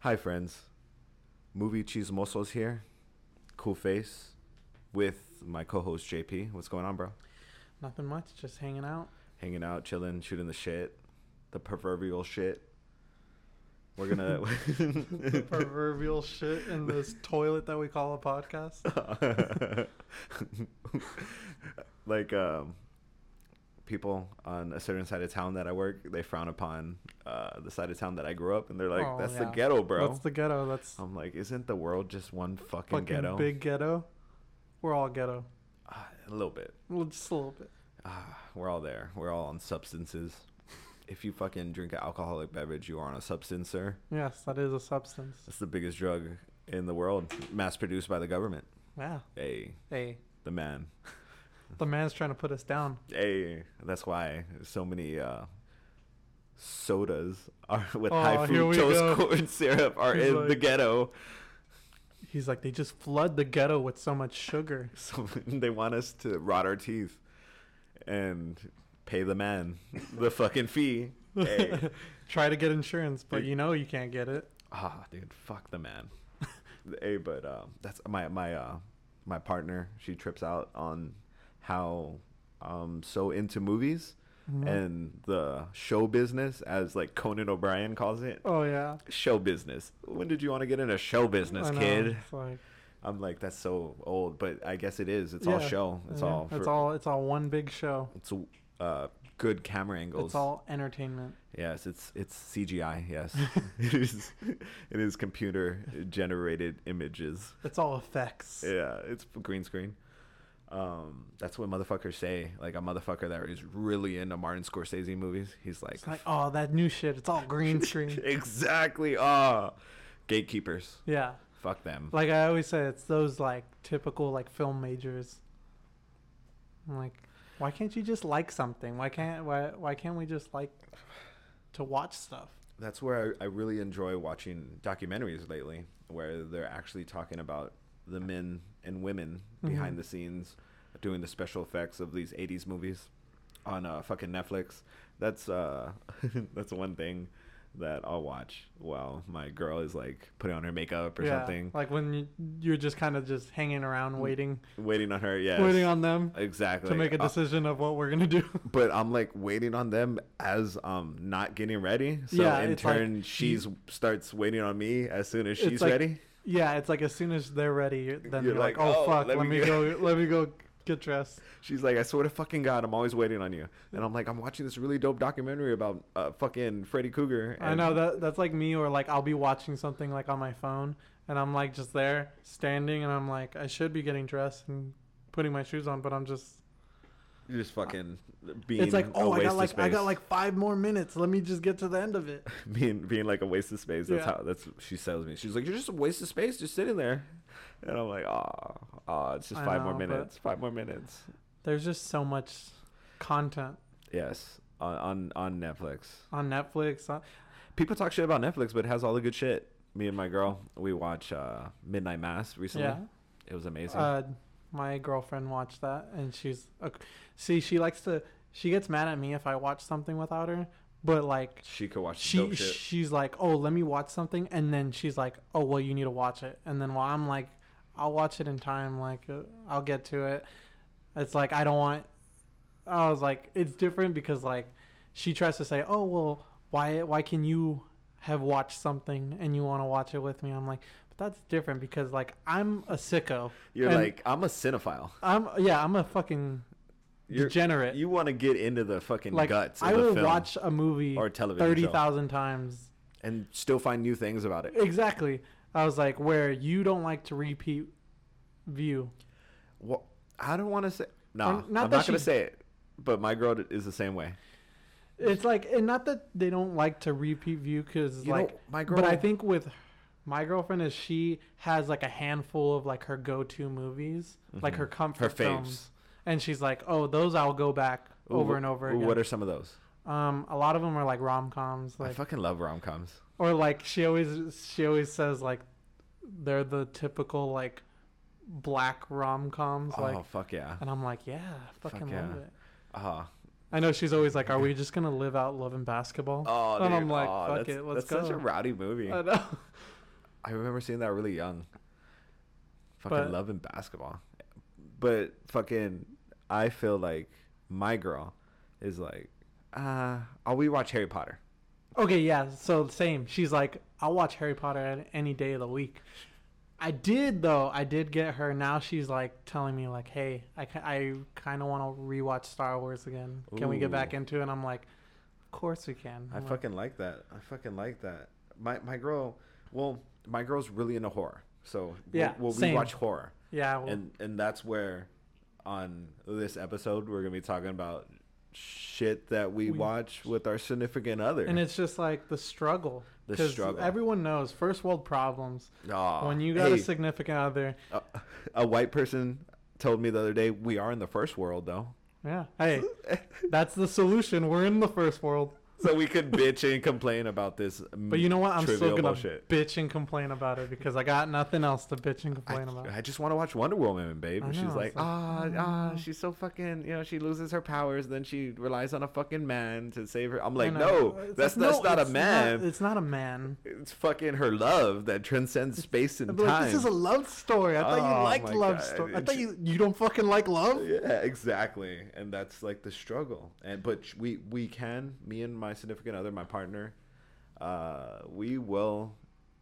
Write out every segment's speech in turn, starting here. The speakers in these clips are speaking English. Hi, friends. Movie Chismosos here. Cool face with my co host JP. What's going on, bro? Nothing much, just hanging out. Hanging out, chilling, shooting the shit. The proverbial shit. We're gonna. the proverbial shit in this toilet that we call a podcast. like, um, people on a certain side of town that I work, they frown upon uh, the side of town that I grew up, and they're like, Oh, that's the yeah. ghetto, bro. That's the ghetto. That's I'm like, isn't the world just one fucking, fucking ghetto? big ghetto. We're all ghetto. Ah, a little bit. Well, just a little bit. Ah, we're all there. We're all on substances. If you fucking drink an alcoholic beverage, you are on a substance, sir. Yes, that is a substance. That's the biggest drug in the world, mass produced by the government. Yeah. Hey, Hey, the man. the man's trying to put us down. Hey, that's why so many uh, sodas are with Oh, high here we fructose go. corn syrup are He's in the like- ghetto. He's like, they just flood the ghetto with so much sugar. So they want us to rot our teeth and pay the man the fucking fee. Hey. Try to get insurance, but Hey. you know you can't get it. Ah, dude, fuck the man. hey, but um, that's my my uh, my partner. She trips out on how um so into movies Mm-hmm. and the show business, as like Conan O'Brien calls it. Oh yeah. Show business. When did you want to get into show business, I know, kid? It's like, I'm like, that's so old, but I guess it is. It's all yeah, show. It's yeah, all. It's for- all. It's all one big show. It's uh, good camera angles. It's all entertainment. Yes, it's it's CGI. Yes, it is. It is computer generated images. It's all effects. Yeah, it's f- green screen. Um, that's what motherfuckers say. Like a motherfucker that is really into Martin Scorsese movies. He's like, It's like, oh, that new shit. It's all green screen. exactly. Ah, gatekeepers. yeah. Fuck them. Like I always say, it's those like typical like film majors. I'm like, why can't you just like something? Why can't why why can't we just like to watch stuff? That's where I, I really enjoy watching documentaries lately, where they're actually talking about the men and women Mm-hmm. behind the scenes doing the special effects of these '80s movies on uh, fucking Netflix. That's uh, that's one thing that I'll watch while my girl is like putting on her makeup or Yeah, something, Like when you, you're just kind of just hanging around waiting, waiting on her. Yes, waiting on them exactly to make a Uh, decision of what we're gonna do. but I'm like waiting on them as um not getting ready. So Yeah, in it's like turn, you- she's starts waiting on me as soon as It's she's like- ready. yeah, it's like as soon as they're ready, you're, then You're you're, like, oh, fuck, let, me go, let me go get dressed. She's like, I swear to fucking God, I'm always waiting on you. And I'm like, I'm watching this really dope documentary about uh, fucking Freddy Cougar. And I know that that's like me or like I'll be watching something like on my phone and I'm like just there standing and I'm like I should be getting dressed and putting my shoes on but I'm just You're just fucking being. it's like a oh I waste got of like I space. got like 5 more minutes let me just get to the end of it. being being like a waste of space. That's Yeah. how that's what she tells me. She's like, you're just a waste of space, just sitting there. And I'm like, ah, ah, it's just I five more know, but- minutes, five more minutes. There's just so much content Yes, on on, on Netflix. on Netflix. Uh, On, People talk shit about Netflix, but it has all the good shit. Me and my girl, we watch uh, Midnight Mass recently. yeah. It was amazing. Uh my girlfriend watched that and she's uh, see she likes to she gets mad at me if I watch something without her but like she could watch dope she shit. she's like, oh, let me watch something, and then she's like, oh, well, you need to watch it, and then while I'm like, I'll watch it in time, like uh, I'll get to it. It's like I don't want. I was like, it's different because like she tries to say, oh, well, why why can you have watched something and you want to watch it with me? I'm like, but that's different because like I'm a sicko. You're and like, I'm a cinephile. I'm yeah, I'm a fucking You're, degenerate. You want to get into the fucking like guts of I the will film watch a movie or television thirty show. thousand times and still find new things about it. Exactly. I was like, where you don't like to repeat view. Well, I don't want to say. No, Or I'm not not that going to she- say it. But my girl is the same way. It's like, and not that they don't like to repeat view, because You know, like, my but I girl- think with my girlfriend is she has like a handful of like her go-to movies, like her comfort Mm-hmm. faves. films, and she's like, oh, those I'll go back over Ooh, and over ooh, again. What are some of those? um, a lot of them are like rom-coms, I like, fucking love rom coms. or like she always she always says like, they're the typical like black rom-coms, Oh like, fuck yeah. and I'm like, yeah, I fucking Fuck yeah. love it. Uh, I know she's always like, "Are we just gonna live out love and basketball?" Oh, and I'm dude. like, Aw, "Fuck that's, it, let's that's go." such a rowdy movie. I know. I remember seeing that really young. Fucking But- loving basketball. But fucking, I feel like my girl is like, uh, I'll we watch Harry Potter. Okay, yeah. So same. She's like, "I'll watch Harry Potter at any day of the week." I did though. I did get her. Now she's like telling me like, "Hey, I, ki- I kind of want to rewatch Star Wars again. Can we get back Ooh. into it?" And I'm like, "Of course we can." I I'm like, fucking like that. I fucking like that. My my girl, well, my girl's really into horror. So Yeah, we'll, we'll same. rewatch horror. yeah. Well, and and that's where on this episode we're gonna be talking about shit that we, We- watch with our significant other and it's just like the struggle. The 'Cause struggle. Everyone knows first world problems. Aw, when you got a hey, significant other, a, a white person told me the other day we are in the first world though yeah. Hey, that's the solution. We're in the first world. so we could bitch and complain about this But you know what? I'm still gonna bullshit. bitch and complain about it because I got nothing else to bitch and I, complain about. I just want to watch Wonder Woman, babe. I And know, she's like, it's like, ah, ah, mm. she's so fucking, you know, she loses her powers, then she relies on a fucking man to save her. I'm like, I no, know. It's that's like, that's no, not a it's man. it's not a man. It's fucking her love that transcends space and But, time. like, this is a love story. I thought Oh you liked my love God. story. I It's- thought you you don't fucking like love. yeah, exactly, and that's like the struggle. And but sh- we we can me and my significant other, my partner, uh, we will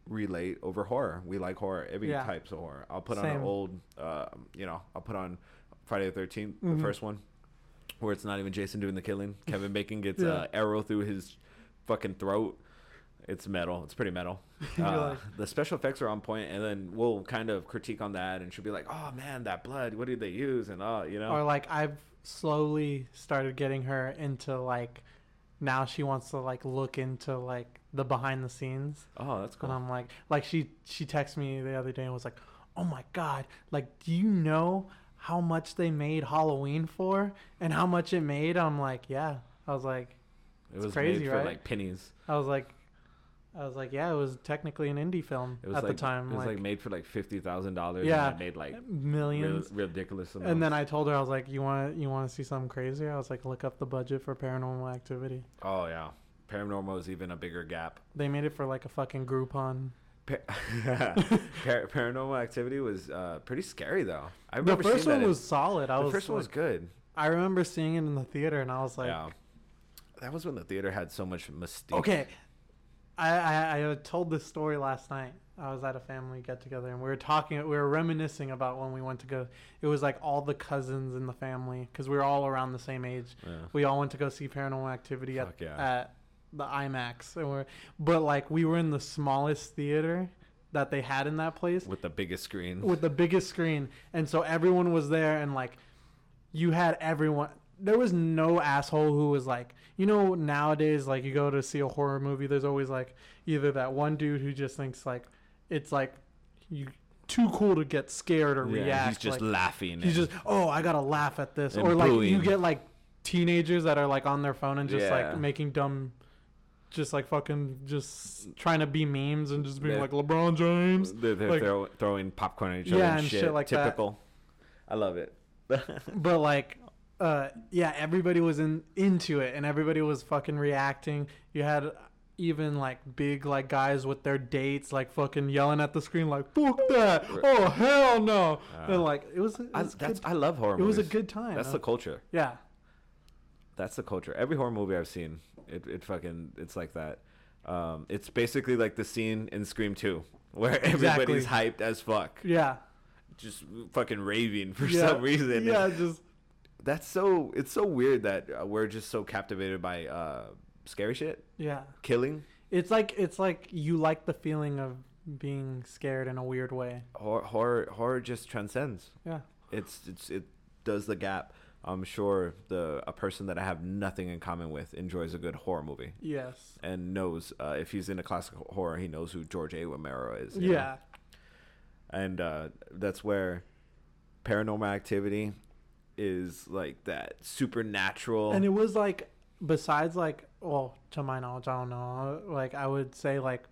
relate over horror. We like horror, every Yeah. types of horror. I'll put on Same. an old, uh, you know, I'll put on Friday the 13th Mm-hmm. the first one, where it's not even Jason doing the killing. Kevin Bacon gets Yeah. a arrow through his fucking throat. It's metal. It's pretty metal. You're Uh, like- the special effects are on point, and then we'll kind of critique on that, and she'll be like, "Oh man, that blood! What did they use?" And oh, you know, Or like I've slowly started getting her into like now she wants to like look into like the behind the scenes. Oh, that's cool. And I'm like, like she she texted me the other day and was like, "Oh my god, like do you know how much they made Halloween for and how much it made?" I'm like, "Yeah." I was like, it was crazy, made for right? like pennies. I was like, I was like, "Yeah, it was technically an indie film It was at like, the time, It was like, like, made for like fifty thousand dollars. Yeah. and it made like real, millions. ridiculous. And then I told her I was like, "You want you want to see something crazy?" I was like, "Look up the budget for Paranormal Activity. oh yeah, paranormal is even a bigger gap. They made it for like a fucking Groupon." Pa- Par- paranormal activity was uh, pretty scary though. I The remember first seeing one that was solid. I in, the was, first one was like- good. I remember seeing it in the theater, and I was like, yeah, that was when the theater had so much mystique. Okay. I, I I told this story last night. I was at a family get together and we were talking, we were reminiscing about when we went to go. It was like all the cousins in the family because we were all around the same age. Yeah. We all went to go see Paranormal Activity at, Fuck yeah. at the IMAX, and we're but like we were in the smallest theater that they had in that place with the biggest screen. with the biggest screen, and so everyone was there, and like you had everyone. There was no asshole who was like, you know, nowadays, like you go to see a horror movie, there's always like either that one dude who just thinks like it's like you too cool to get scared or Yeah, react. he's just like, laughing. he's and- just oh, I gotta laugh at this, And or like you booing. get like teenagers that are like on their phone and just Yeah. like making dumb. Just like fucking, just trying to be memes and just being Yeah. like LeBron James. they're, they're like- throw, throwing popcorn at each other Yeah, and, and shit. shit like that. Typical. I love it. but like uh yeah everybody was in into it and everybody was fucking reacting you had even like big like guys with their dates like fucking yelling at the screen like fuck that oh hell no and like it was, it I, was, that's, good, I love horror it was movies. a good time That's the culture. yeah That's the culture. Every horror movie I've seen, it, it fucking it's like that. Um, it's basically like the scene in Scream 2 where everybody's hyped as fuck, yeah just fucking raving for yeah, some reason. yeah just That's so it's so weird that uh, we're just so captivated by uh, scary shit, yeah killing, it's like it's like you like the feeling of being scared in a weird way horror horror, horror just transcends. yeah it's it's it does the gap. I'm sure the a person that I have nothing in common with enjoys a good horror movie yes and knows uh, if he's into classic horror, he knows who George A. Romero is. you know? yeah and uh, that's where Paranormal Activity is like that supernatural. And it was like, besides like, well, to my knowledge, I don't know. Like, I would say like,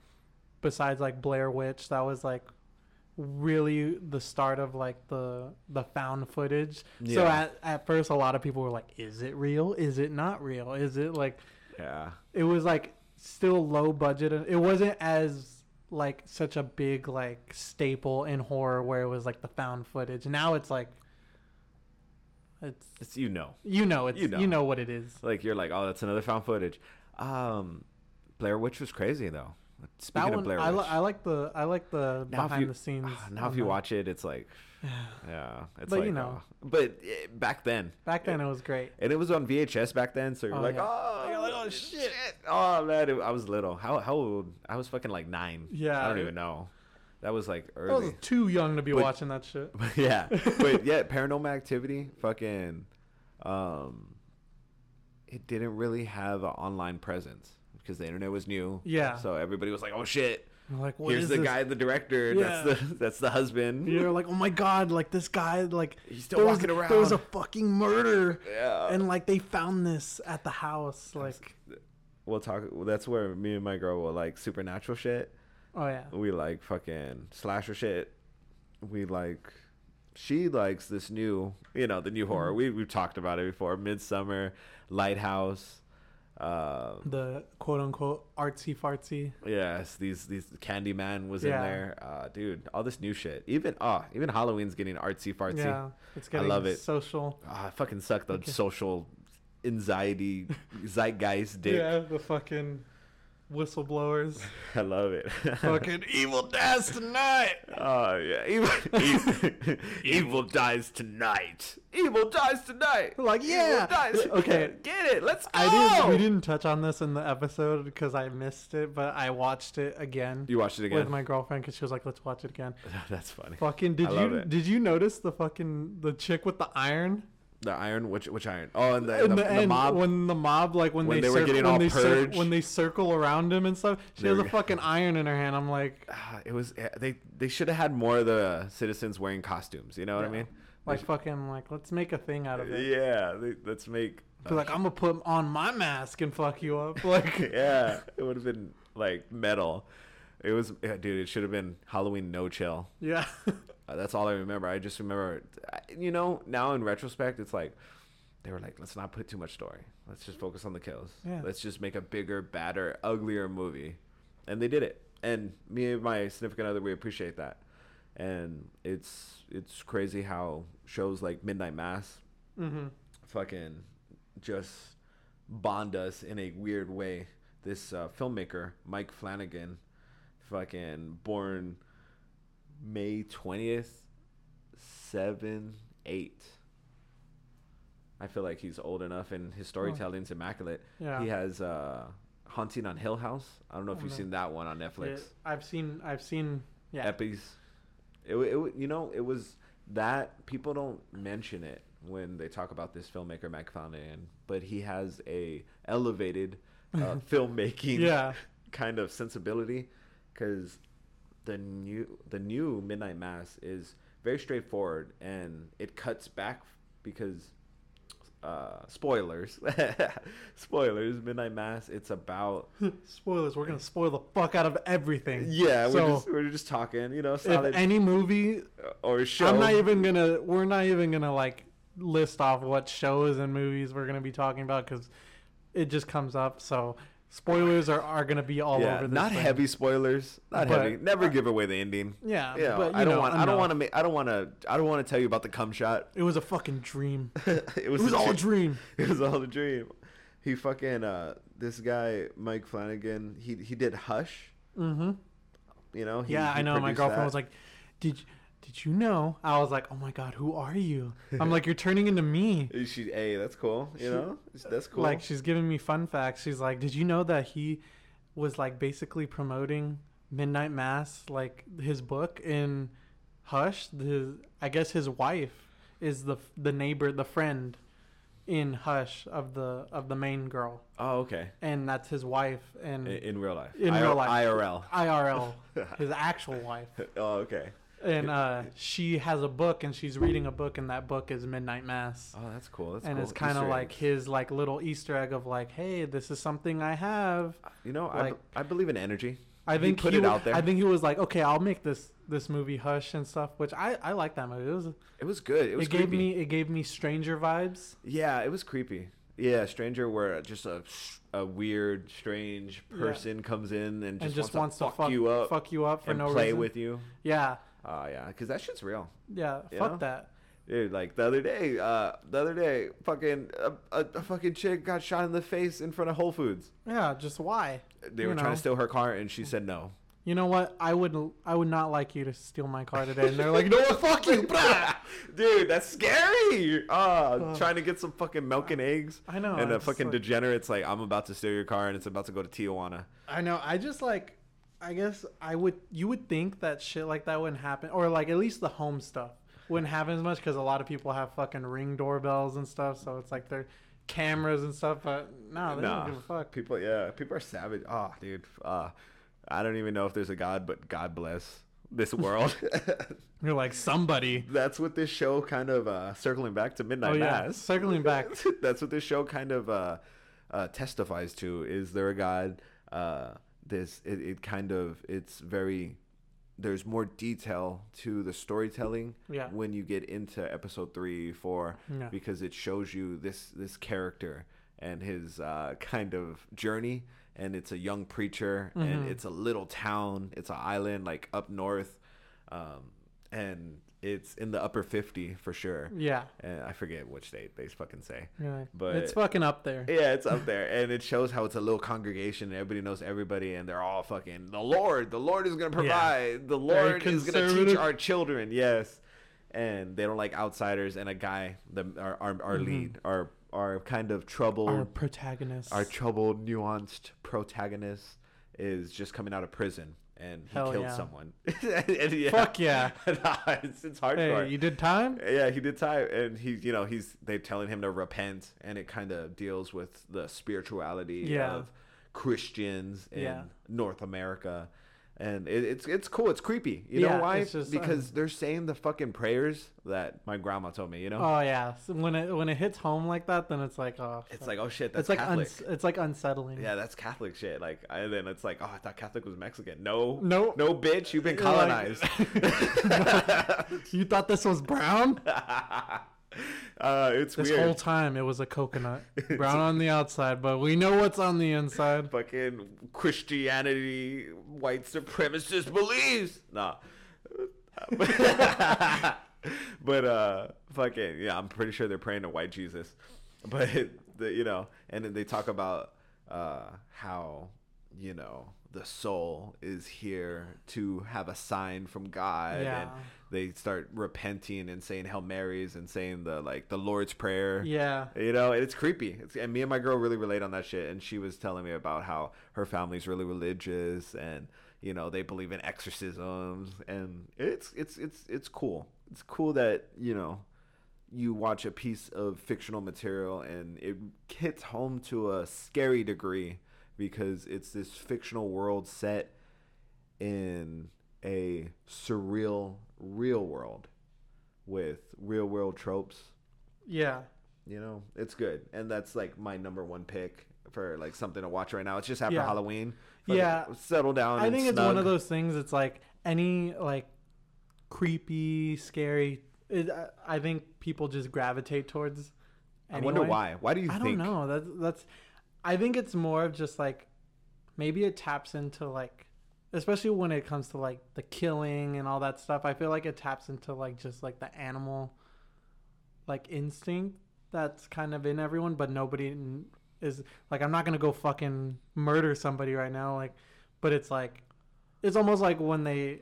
besides like Blair Witch, that was like really the start of like the the found footage. So Yeah. at at first, a lot of people were like, "Is it real? Is it not real? Is it like?" Yeah. It was like still low budget. and It wasn't as like such a big like staple in horror where it was like the found footage. Now it's like it's It's you know. you know it's You know. you know what it is. Like you're like, oh, that's another found footage. Um, Blair Witch was crazy though. Speaking That of one, Blair Witch, I, li- I like the I like the Now if behind you- the scenes. ah, now if you watch it, it's like, yeah, it's But, like, you know. oh. but eh, back then, back then, it, it was great. and it was on VHS back then, so you're Oh, like, yeah. oh, you're like, oh shit, oh man, it- I was little. How how old? I was fucking like nine. Yeah. I don't even know. That was like I was early. too young to be But- watching that shit. yeah, but yeah, Paranormal Activity, fucking, um, it didn't really have an online presence because the internet was new. Yeah. So everybody was like, oh shit. I'm like, what Here's is the this? guy, the director. That's the that's the husband. You're like, oh my god, like this guy, like He's still there was- walking There was a around. fucking murder, Yeah. and like they found this at the house. Like, we'll talk. That's where me and my girl will like supernatural shit. oh yeah, We like fucking slasher shit. We like. She likes this new, you know, the new horror. Mm-hmm. We we've talked about it before. Midsummer, Lighthouse. Uh, the quote unquote artsy fartsy. yes, these these Candyman was Yeah. in there. Uh, dude, all this new shit. Even ah, even Halloween's getting artsy fartsy. Yeah, it's getting love it. social. Ah, I fucking suck the social anxiety zeitgeist dick. Yeah, the fucking whistleblowers. I love it. fucking evil dies tonight. Oh yeah, evil, evil, evil dies tonight. Evil dies tonight. Like, yeah. evil dies. Okay. get it. Let's go. I didn't. We didn't touch on this in the episode because I missed it, but I watched it again You watched it with again. my girlfriend because she was like, "Let's watch it again." That's funny. Fucking did I love you it. did you notice the fucking the chick with the iron The iron, which which iron? Oh, and the, in the, the, the end mob. when the mob like when, When they, they were circ- getting when all they cir- purged. when they circle around him and stuff she They has were- a fucking iron in her hand I'm like Ah, it was eh, they they should have had more of the citizens wearing costumes. You know what I Yeah. mean? like fucking like let's make a thing out of it Yeah, they, let's make. be like I'm gonna put on my mask and fuck you up like yeah, it would have been like metal. It was, yeah, dude. It should have been Halloween no chill. yeah Uh, that's all I remember. I just remember, I- you know, now in retrospect, it's like they were like, let's not put too much story. Let's just focus on the kills. Yeah. Let's just make a bigger, badder, uglier movie. And they did it. And me and my significant other, we appreciate that. And it's it's crazy how shows like Midnight Mass mm-hmm. fucking just bond us in a weird way. This uh, filmmaker, Mike Flanagan, fucking born May 20th, 7 8. I feel like he's old enough and his storytelling's immaculate. Yeah. He has uh, Haunting on Hill House. I don't know if Oh, you've no. seen that one on Netflix. Yeah, I've seen I've seen yeah Eppies. It, wa- it, wa- you know, it was that people don't mention it when they talk about this filmmaker Mike Flanagan, but he has a elevated uh, filmmaking yeah kind of sensibility because the new the new Midnight Mass is very straightforward and it cuts back because uh, spoilers, spoilers. Midnight Mass. It's about Hmm. spoilers we're gonna spoil the fuck out of everything yeah. So- we're just we're just talking, you know, if solid any movie or show. I'm not even gonna. We're not even gonna like list off what shows and movies we're gonna be talking about because it just comes up. So spoilers are, are gonna be all yeah, over. This not thing. heavy spoilers. Not But- heavy. Never give away the ending. Yeah, Yeah, but you I don't know, want. I don't enough. want to make. I don't want to. I don't want to tell you about the cum shot. It was a fucking dream. it It was, was all a dream. dream. It was all a dream. He fucking uh, this guy Mike Flanagan. He he did Hush. Mm-hmm. You know. He, Yeah, he I know. My produced girlfriend that. was like, "Did you- did you know?" I was like, "Oh my god, who are you?" I'm like, "You're turning into me." And She, hey, that's cool. You know, that's cool. Like she's giving me fun facts. She's like, "Did you know that he was like basically promoting Midnight Mass, like his book in Hush? The I guess his wife is the the neighbor, the friend in Hush of the of the main girl, oh, okay. and that's his wife In, and in real life. Mm. In I- real life. IRL. IRL, his actual wife." oh, okay. And uh, she has a book, and she's reading a book, and that book is Midnight Mass Oh, that's cool. That's and cool. it's kind of Easter like eggs. his like little Easter egg of like, hey, this is something I have. you know, like- I, be- I believe in energy. I He think put he it w- out there. I think he was like, okay, I'll make this this movie Hush and stuff, which I I like that movie. It was it, It was good. It was gave creepy. me it gave me Stranger vibes. Yeah, it was creepy. Yeah, stranger where just a a weird, strange Yeah. person comes in and just, and just wants, to fuck, fuck you up fuck you up for and no play reason. with you. yeah, Uh, yeah, because that shit's real. yeah, You fuck know? that. Dude, like the other day, uh, the other day, fucking a, a, a fucking chick got shot in the face in front of Whole Foods. Yeah, just why? They You were trying know. to steal her car, and she said no. You know what? I would I would not like you to steal my car today. And they're like, no, fuck you, bruh. Dude, that's scary. Uh, Ugh. trying to get some fucking milk and eggs. I know, And I'm a just fucking like- degenerate's like, I'm about to steal your car, and it's about to go to Tijuana. I know. I just like. I guess I would. You would think that shit like that wouldn't happen, or like at least the home stuff wouldn't happen as much because a lot of people have fucking ring doorbells and stuff. So it's like their cameras and stuff. But no, they Nah. don't give a fuck. People, yeah, people are savage. Oh, dude, uh, I don't even know if there's a god, but God bless this world. You're like somebody. That's what this show kind of uh, circling back to Midnight Oh yeah, Mass. circling back. That's what this show kind of uh, uh, testifies to. Is there a god? Uh, this it, it kind of it's very there's more detail to the storytelling Yeah. when you get into episode three, four, Yeah. because it shows you this this character and his uh, kind of journey. And it's a young preacher, Mm-hmm. and it's a little town, it's an island like up north, um, and it's in the upper fifty for sure. Yeah. And I forget which state they fucking say. You're like, But- it's fucking up there. Yeah, it's up there, and it shows how it's a little congregation, and everybody knows everybody, and they're all fucking the Lord. The Lord is gonna provide. The Lord is gonna teach conservative. our children. Yes, and they don't like outsiders. And a guy, the our our, our lead, our our kind of troubled, Mm-hmm. Our our, protagonist. troubled, nuanced protagonist is just coming out of prison, and he Hell killed yeah. someone. And yeah. Fuck yeah. it's, it's hardcore. hey, you did time. Yeah, he did time, and he, you know, he's they telling him to repent, and it kind of deals with the spirituality Yeah. of Christians in Yeah. North America, and it, it's it's cool, it's creepy. You Yeah, know why? it's just, um, because they're saying the fucking prayers that my grandma told me. You know, Oh yeah. So when it when it hits home like that, then it's like oh. it's fuck. like oh shit, that's it's like Catholic. uns- it's like unsettling. yeah, that's Catholic shit. Like, and then it's like, oh, I thought Catholic was Mexican. No, No. no, bitch, you've been You're like- colonized. You thought this was brown? uh, it's This weird. whole time it was a coconut. Brown on the outside, but we know what's on the inside. fucking Christianity, white supremacist beliefs. Nah. but uh fucking yeah, I'm pretty sure they're praying to white Jesus. But the, you know, and then they talk about uh how, you know, the soul is here to have a sign from God and Yeah. they start repenting and saying Hail Marys and saying the like the Lord's Prayer. Yeah. You know, and it's creepy. It's, and me and my girl really relate on that shit. And she was telling me about how her family's really religious, and you know they believe in exorcisms, and it's it's it's it's cool. It's cool that you know you watch a piece of fictional material and it hits home to a scary degree because it's this fictional world set in a surreal real world with real world tropes Yeah. you know it's good and that's like my number one pick for like something to watch right now it's just after Yeah. halloween Yeah. settle down I think it's one of those those things it's like any like creepy, scary it, I- I think people just gravitate towards i wonder anyway. why why do you I think don't know. That's that's I think it's more of just like maybe it taps into like especially when it comes to like the killing and all that stuff. I feel like it taps into like just like the animal like instinct that's kind of in everyone, but nobody n- is like I'm not going to go fucking murder somebody right now like but it's like it's almost like when they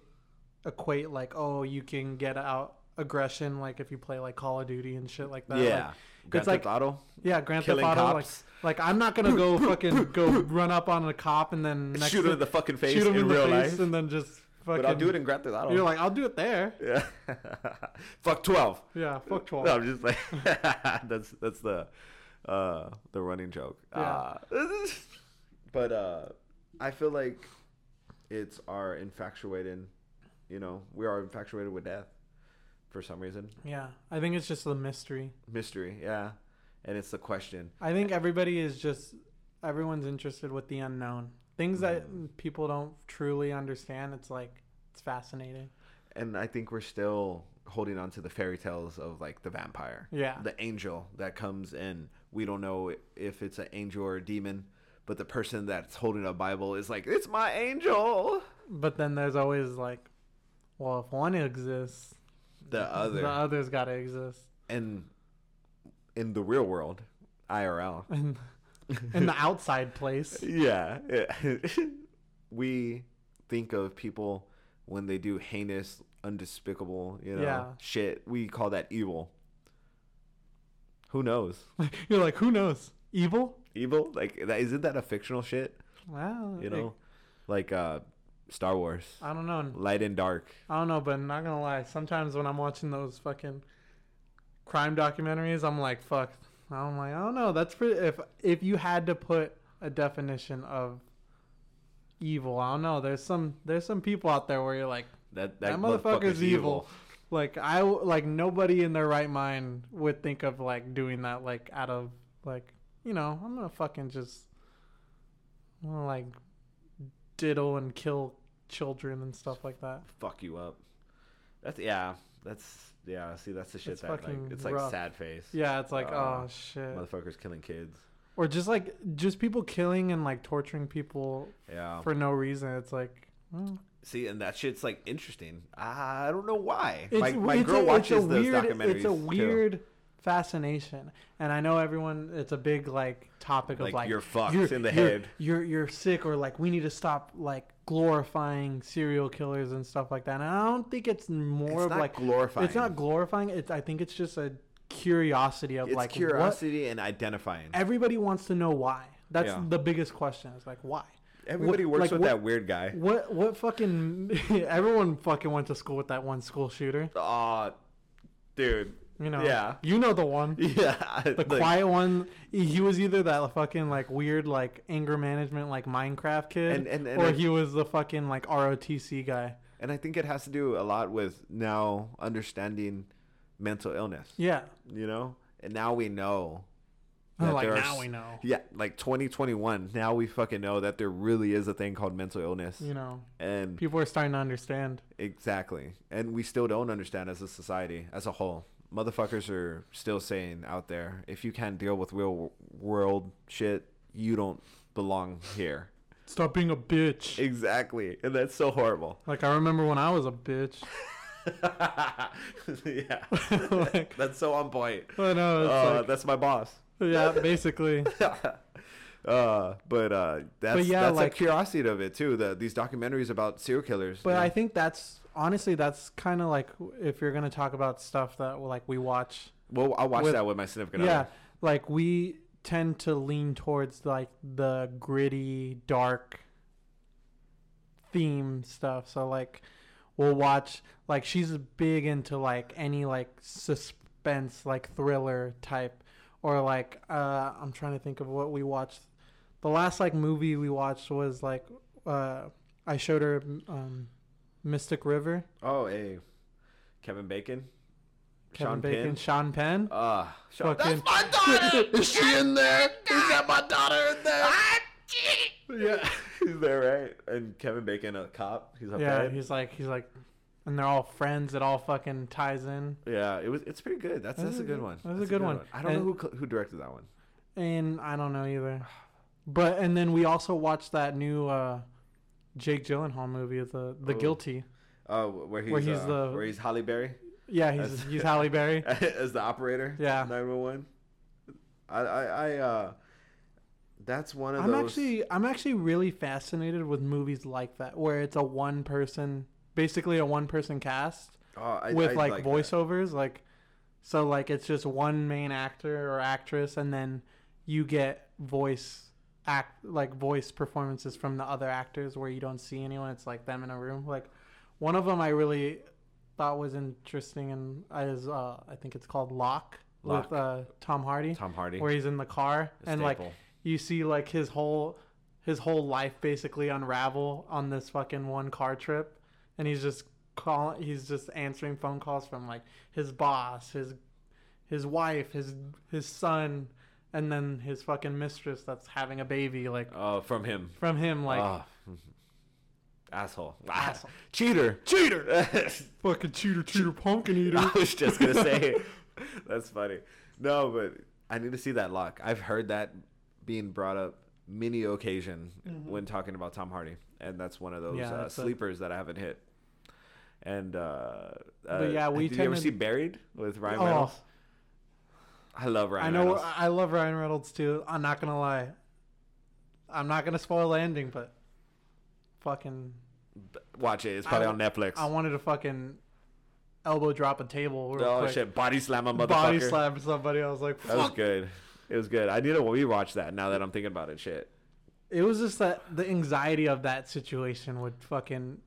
equate like oh you can get out aggression like if you play like Call of Duty and shit like that. Like, yeah Grand it's like- Theft Auto. yeah, Grand Theft Killing Auto. cops. Like, like I'm not gonna go fucking go run up on a cop and then next shoot him thing- in the fucking face shoot him in, in the real face life and then just fucking. but i'll do it in Grand Theft Auto. You're like, I'll do it there. yeah fuck 12 Yeah, fuck twelve. no i'm just like that's that's the uh the running joke Yeah. uh, but uh i feel like it's our infatuated you know we are infatuated with death for some reason Yeah, I think it's just the mystery. mystery yeah and it's the question I think everybody is just everyone's interested with the unknown. things Mm. that people don't truly understand. It's like it's fascinating. and I think we're still holding on to the fairy tales of like the vampire, Yeah. the angel that comes in. We don't know if it's an angel or a demon, but the person that's holding a Bible is like, "It's my angel." But then there's always like, well, if one exists, The other, the other's got to exist. and in the real world, IRL, In, in the outside place. yeah, yeah. we think of people when they do heinous, undespicable, you know, Yeah. shit. We call that evil. Who knows? You're like, who knows? Evil? evil like that, isn't that a fictional shit Wow. you know like uh star wars I don't know. light and dark I don't know, but I'm not gonna lie. Sometimes when I'm watching those fucking crime documentaries, I'm like, fuck. I'm like, I don't know. That's pretty. If if you had to put a definition of evil, I don't know. There's some there's some people out there where you're like, that that, that, motherfucker's evil. Like I w- like nobody in their right mind would think of like doing that like out of like you know I'm gonna fucking just I'm gonna like diddle and kill children and stuff like that. fuck you up that's yeah that's yeah see that's the shit It's that like fucking it's like rough. sad face Yeah, it's like Uh, oh shit. motherfuckers killing kids Or just like just people killing and like torturing people yeah for no reason. It's like mm. see and that shit's like interesting i don't know why it's, my, my it's girl a, watches it's a those weird, documentaries It's a too. weird fascination, and I know everyone. It's a big like topic of like, like, you're fucked you're, in the you're- head You're you're sick, or like we need to stop like glorifying serial killers and stuff like that. And I don't think it's more it's of not like glorifying it's not glorifying. It's I think it's just a curiosity of it's like what curiosity and identifying everybody wants to know why. That's Yeah. the biggest question. It's like why. everybody works like, with what- that weird guy What what fucking everyone fucking went to school with that one school shooter. Aw, dude You know. Yeah. You know the one. Yeah, the The quiet one. He he was either that fucking like weird like anger management like Minecraft kid, And- and- and or I- he was the fucking like ROTC guy. and I think it has to do a lot with now understanding mental illness. Yeah. You know, and now we know. that Oh, Like there are now s- we know. Yeah, like 2021. Now we fucking know that there really is a thing called mental illness, You know, and people are starting to understand. exactly, and we still don't understand as a society as a whole. Motherfuckers are still saying out there, if you can't deal with real w- world shit, you don't belong here. Stop being a bitch. Exactly, and that's so horrible. like I remember when I was a bitch. yeah, Like- that's so on point. I know. It's Uh, like, that's my boss. yeah, basically. uh, but uh, that's But yeah, that's like- a curiosity of it too. The, these documentaries about serial killers. But you I know? think that's honestly that's kind of like if you're gonna talk about stuff that like we watch. well, I watched with- that with my significant yeah, other. like we tend to lean towards like the gritty, dark theme stuff. So like we'll watch like she's big into like any like suspense, like thriller type, or like uh, I'm trying to think of what we watched. The last like movie we watched was like uh, I showed her um, Mystic River. Oh, hey, Kevin Bacon, Kevin Sean Bacon, Penn. Sean Penn. Uh, Sean, Fucking- that's my daughter. is she in there? Is that my daughter in there? yeah, he's there, right? And Kevin Bacon, a cop. He's up yeah, there. he's like he's like, and they're all friends. It all fucking ties in. Yeah, it was. It's pretty good. That's that's, a good one. that's a good one. I don't And- know who cl- who directed that one. And I don't know either, but and then we also watched that new uh, Jake Gyllenhaal movie, the The Oh. Guilty. Uh, where he's, Where he's uh, the- where he's Holly Berry Yeah, he's That's- he's Halle Berry. as the operator. Yeah. nine one one. I I, I uh, that's one of I'm those. actually I'm actually really fascinated with movies like that where it's a one person, basically a one person cast. Oh, I- with I like, that. voiceovers like so like it's just one main actor or actress and then you get voice act like voice performances from the other actors where you don't see anyone it's like them in a room like one of them i really thought was interesting and is uh i think it's called lock, Lock. with uh tom hardy Tom Hardy. where he's in the car a and like staple. you see like his whole his whole life basically unravel on this fucking one car trip and he's just calling he's just answering phone calls from like his boss his his wife his his son and then his fucking mistress that's having a baby like Oh, from him. from him like Ah. asshole. Ah, Asshole. Cheater. Cheater. fucking cheater cheater pumpkin eater. I was just gonna say, that's funny. No, but I need to see that lock. I've heard that being brought up many occasion when talking about Tom Hardy, and that's one of those Mm-hmm. Yeah, uh, that's a- sleepers that I haven't hit. And uh, uh, yeah, we did you ever tended- see Buried with Ryan Oh. Reynolds? I love Ryan. I know Reynolds. I love Ryan Reynolds too. I'm not gonna lie. I'm not gonna spoil the ending, but fucking Watch it. It's probably I- on Netflix. I wanted to fucking elbow drop a table real oh quick. shit! Body slam a motherfucker. Body slam somebody. I was like, That was fuck. good. It was good. I need to rewatch that now that I'm thinking about it. Shit. It was just that the anxiety of that situation would fucking.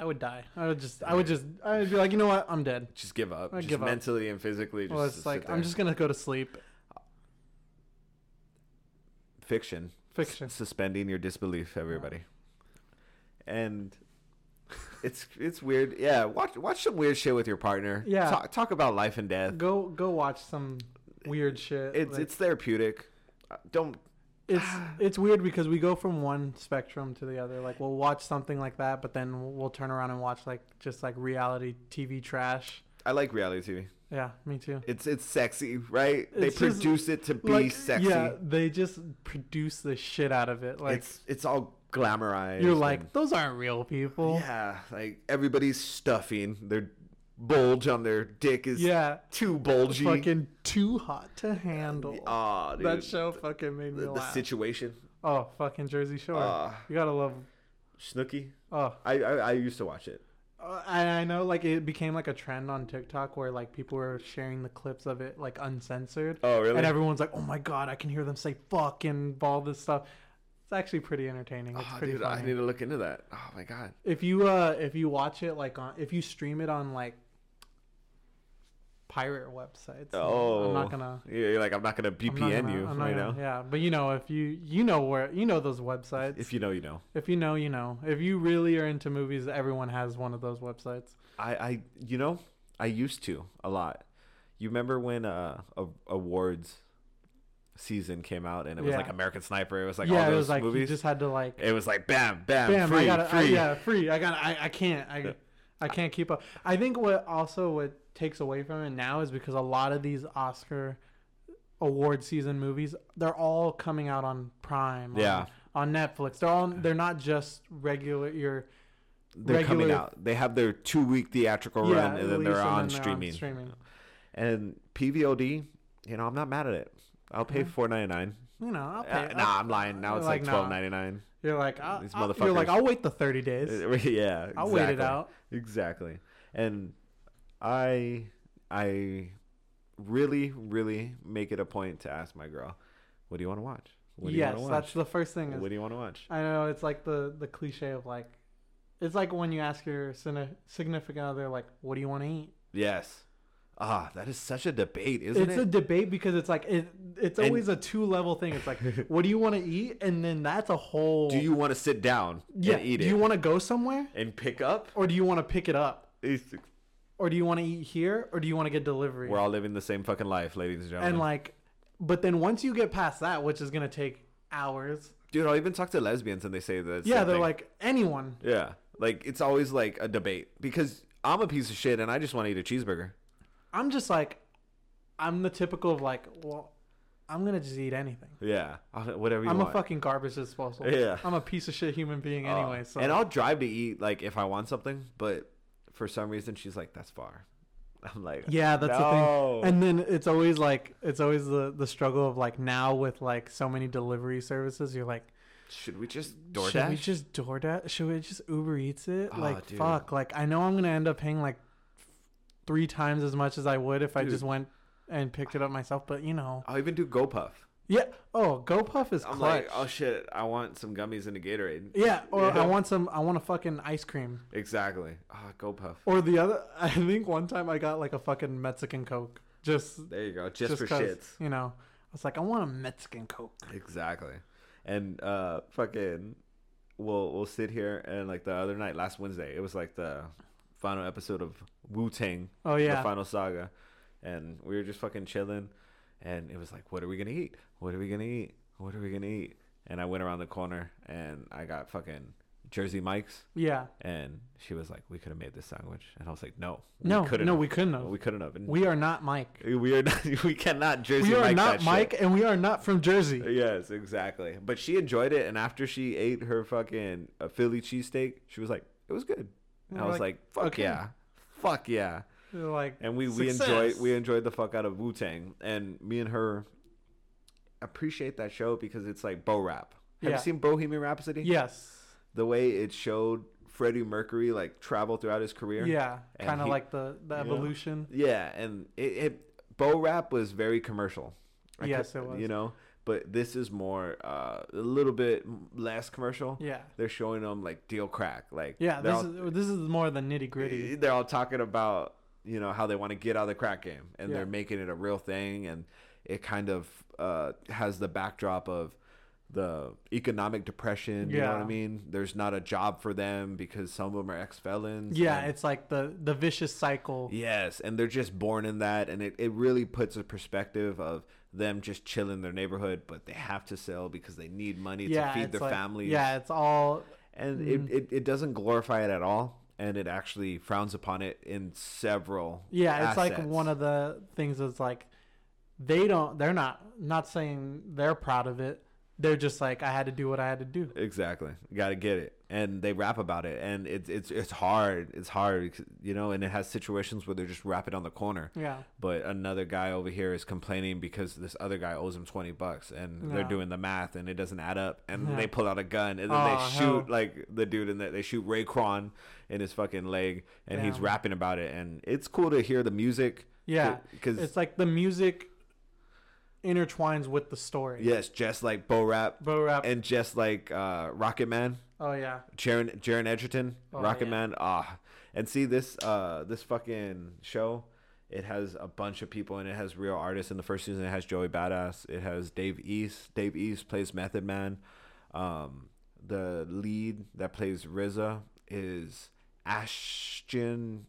I would die. I would just. I would just. I would be like, you know what? I'm dead. Just give up. I just give up. mentally and physically. Just Well, it's sit like there. I'm just gonna go to sleep. fiction. Fiction. S- suspending your disbelief, everybody. And it's it's weird. Yeah, watch watch some weird shit with your partner. Yeah. Talk, talk about life and death. Go go watch some weird shit. It's like- it's therapeutic. Uh, Don't it's it's weird because we go from one spectrum to the other. Like we'll watch something like that, but then we'll turn around and watch like just like reality TV trash. I like reality TV. Yeah, me too. It's it's sexy, right? they It's just- produce it to be like, sexy. Yeah, they just produce the shit out of it. Like it's it's all glamorized. you're and- like, those aren't real people. Yeah, like everybody's stuffing their bulge on their dick is Yeah. too bulgy. Fucking too hot to handle. Aw, Oh, dude. that show fucking made me the, the laugh. situation. oh, fucking Jersey Shore. Ah. you gotta love. Snooki. Oh, I, I I used to watch it. Uh, I, I know, like it became like a trend on TikTok where like people were sharing the clips of it like uncensored, Oh really? and everyone's like, "Oh my god, I can hear them say fuck and all this stuff." It's actually pretty entertaining. It's Oh, pretty dude, I funny. need to look into that. Oh my god. If you uh, if you watch it like on, if you stream it on like pirate websites, Oh, I'm not gonna Yeah, you're like I'm not gonna I'm not BPN gonna- you I'm not right gonna- now. Yeah, but you know, if you you know where you know those websites. If you know, you know. if you know, you know. If you really are into movies, everyone has one of those websites. I I you know I used to a lot. You remember when uh a, awards season came out and it was Yeah. like American Sniper. It was like yeah, all it those was like you movies. just had to like It was like bam, bam, Bam! free, I gotta, free. I, yeah, free. I got. I, I can't. I, I can't keep up. I think what also what takes away from it now is because a lot of these Oscar award season movies, they're all coming out on Prime. on- Yeah. On Netflix, they're all. They're not just regular. Your They're coming regular- out. They have their two week theatrical yeah, run and then release, they're, on, then streaming. And PVOD, you know, I'm not mad at it. I'll pay four ninety nine. You know, I'll pay. Uh, nah, I'm lying. Now it's Like, like nah. twelve ninety nine. You're like, I'll, These I'll- you're like, motherfuckers. I'll wait the thirty days. Uh, yeah, exactly. I'll wait it out. Exactly. And I I really really make it a point to ask my girl, "What do you want to watch? What do Yes, you want to watch? that's the first thing. Is what do you want to watch?" I know it's like the the cliche of like, it's like when you ask your signi- significant other like, "What do you want to eat?" Yes. Ah, that is such a debate, isn't it's it? a debate because it's like it, it's And- always a two level thing. It's like, what do you want to eat, and then that's a whole. do you want to sit down yeah, and eat do it you want to go somewhere, and pick up? or do you want to pick it up, It's- or do you want to eat here, or do you want to get delivery? We're all living the same fucking life, ladies and gentlemen. and like, but then once you get past that, which is gonna take hours. Dude, I'll even talk to lesbians and they say that. Yeah, same they're thing. like anyone. yeah, like it's always like a debate because I'm a piece of shit and I just want to eat a cheeseburger. I'm just like, I'm the typical of like, well, I'm gonna just eat anything. Yeah, I'll- whatever you I'm want. a fucking garbage disposal. Yeah. I'm a piece of shit human being Uh, anyway. So and I'll drive to eat like if I want something, but for some reason she's like, "That's far." I'm like, Yeah, that's No. the thing. And then it's always like it's always the the struggle of like now with like so many delivery services, you're like, should we just should DoorDash? we just DoorDash? Should we just Uber Eats it? Oh, like dude. fuck. Like I know I'm gonna end up paying like three times as much as I would if I Dude. just went and picked it up myself. But you know, I'll even do GoPuff. yeah. Oh, GoPuff is I'm clutch. like, oh shit, I want some gummies and a Gatorade. yeah, or Yeah. I want some. I want a fucking ice cream. Exactly. Ah, GoPuff. Or the other. I think one time I got like a fucking Mexican Coke. Just There you go. Just, just for 'cause, shits. You know, I was like, I want a Mexican Coke. Exactly. And uh fucking we'll we'll sit here and like the other night, last Wednesday, it was like the final episode of Wu Tang, Oh the yeah, final saga. And we were just fucking chilling and it was like, what are we gonna eat? What are we gonna eat? What are we gonna eat? And I went around the corner and I got fucking Jersey Mike's, Yeah. and she was like, we could have made this sandwich, and I was like, no, No, couldn't no, have. we couldn't have. we couldn't have. And We are not Mike. we are not, we cannot Jersey We are Mike that not shit. Mike, and we are not from Jersey. Yes, exactly. But she enjoyed it, and after she ate her fucking uh, Philly cheesesteak, she was like, "It was good." And I We're was like, like, "Fuck okay. yeah, fuck yeah!" They're like, And we we Success. enjoyed we enjoyed the fuck out of Wu Tang, and me and her appreciate that show because it's like Bo Rap. Have Yeah. you seen Bohemian Rhapsody? yes, The way it showed Freddie Mercury like travel throughout his career. yeah, And kind of he- like the the Yeah. evolution. Yeah, and it, it Bo Rap was very commercial. Yes, cou- it was. You know, but this is more uh, a little bit m- less commercial. Yeah, They're showing them like deal crack, like yeah. they're This all, eh, is this is more the nitty gritty. they're all talking about you know how they want to get out of the crack game, and Yeah. they're making it a real thing, and it kind of uh, has the backdrop of the economic depression. You know what I Yeah. mean? There's not a job for them because some of them are ex felons. Yeah, it's like the the vicious cycle. Yes, and they're just born in that, and it, it really puts a perspective of them just chilling in their neighborhood, but they have to sell because they need money Yeah, to feed it's their like- families. Yeah, Mm-hmm. it's all and it, it, it doesn't glorify it at all, and it actually frowns upon it in several. Yeah, it's like assets. one of the things is like they don't they're not not saying they're proud of it. They're just like I had to do what I had to do. exactly got to get it, and they rap about it, and it's it's it's hard, it's hard, you know, and it has situations where they're just rapping on the corner. Yeah. but another guy over here is complaining because this other guy owes him 20 bucks and they're Yeah. doing the math and it doesn't add up and Yeah. they pull out a gun and then Oh, they shoot hell. like the dude in there they shoot Rayquan in his fucking leg and he's Damn. rapping about it and it's cool to hear the music Yeah. because It's like the music intertwines with the story. yes just like Bo Rap Bo rap. and just like uh, Rocket Man oh yeah. Jaron Jaron Edgerton, Oh, Rocket yeah. Man, ah, and see this uh this fucking show. It has a bunch of people and it has real artists. In the first season, it has Joey Badass. It has Dave East. Dave East plays Method Man. Um, the lead that plays RZA is Ashton.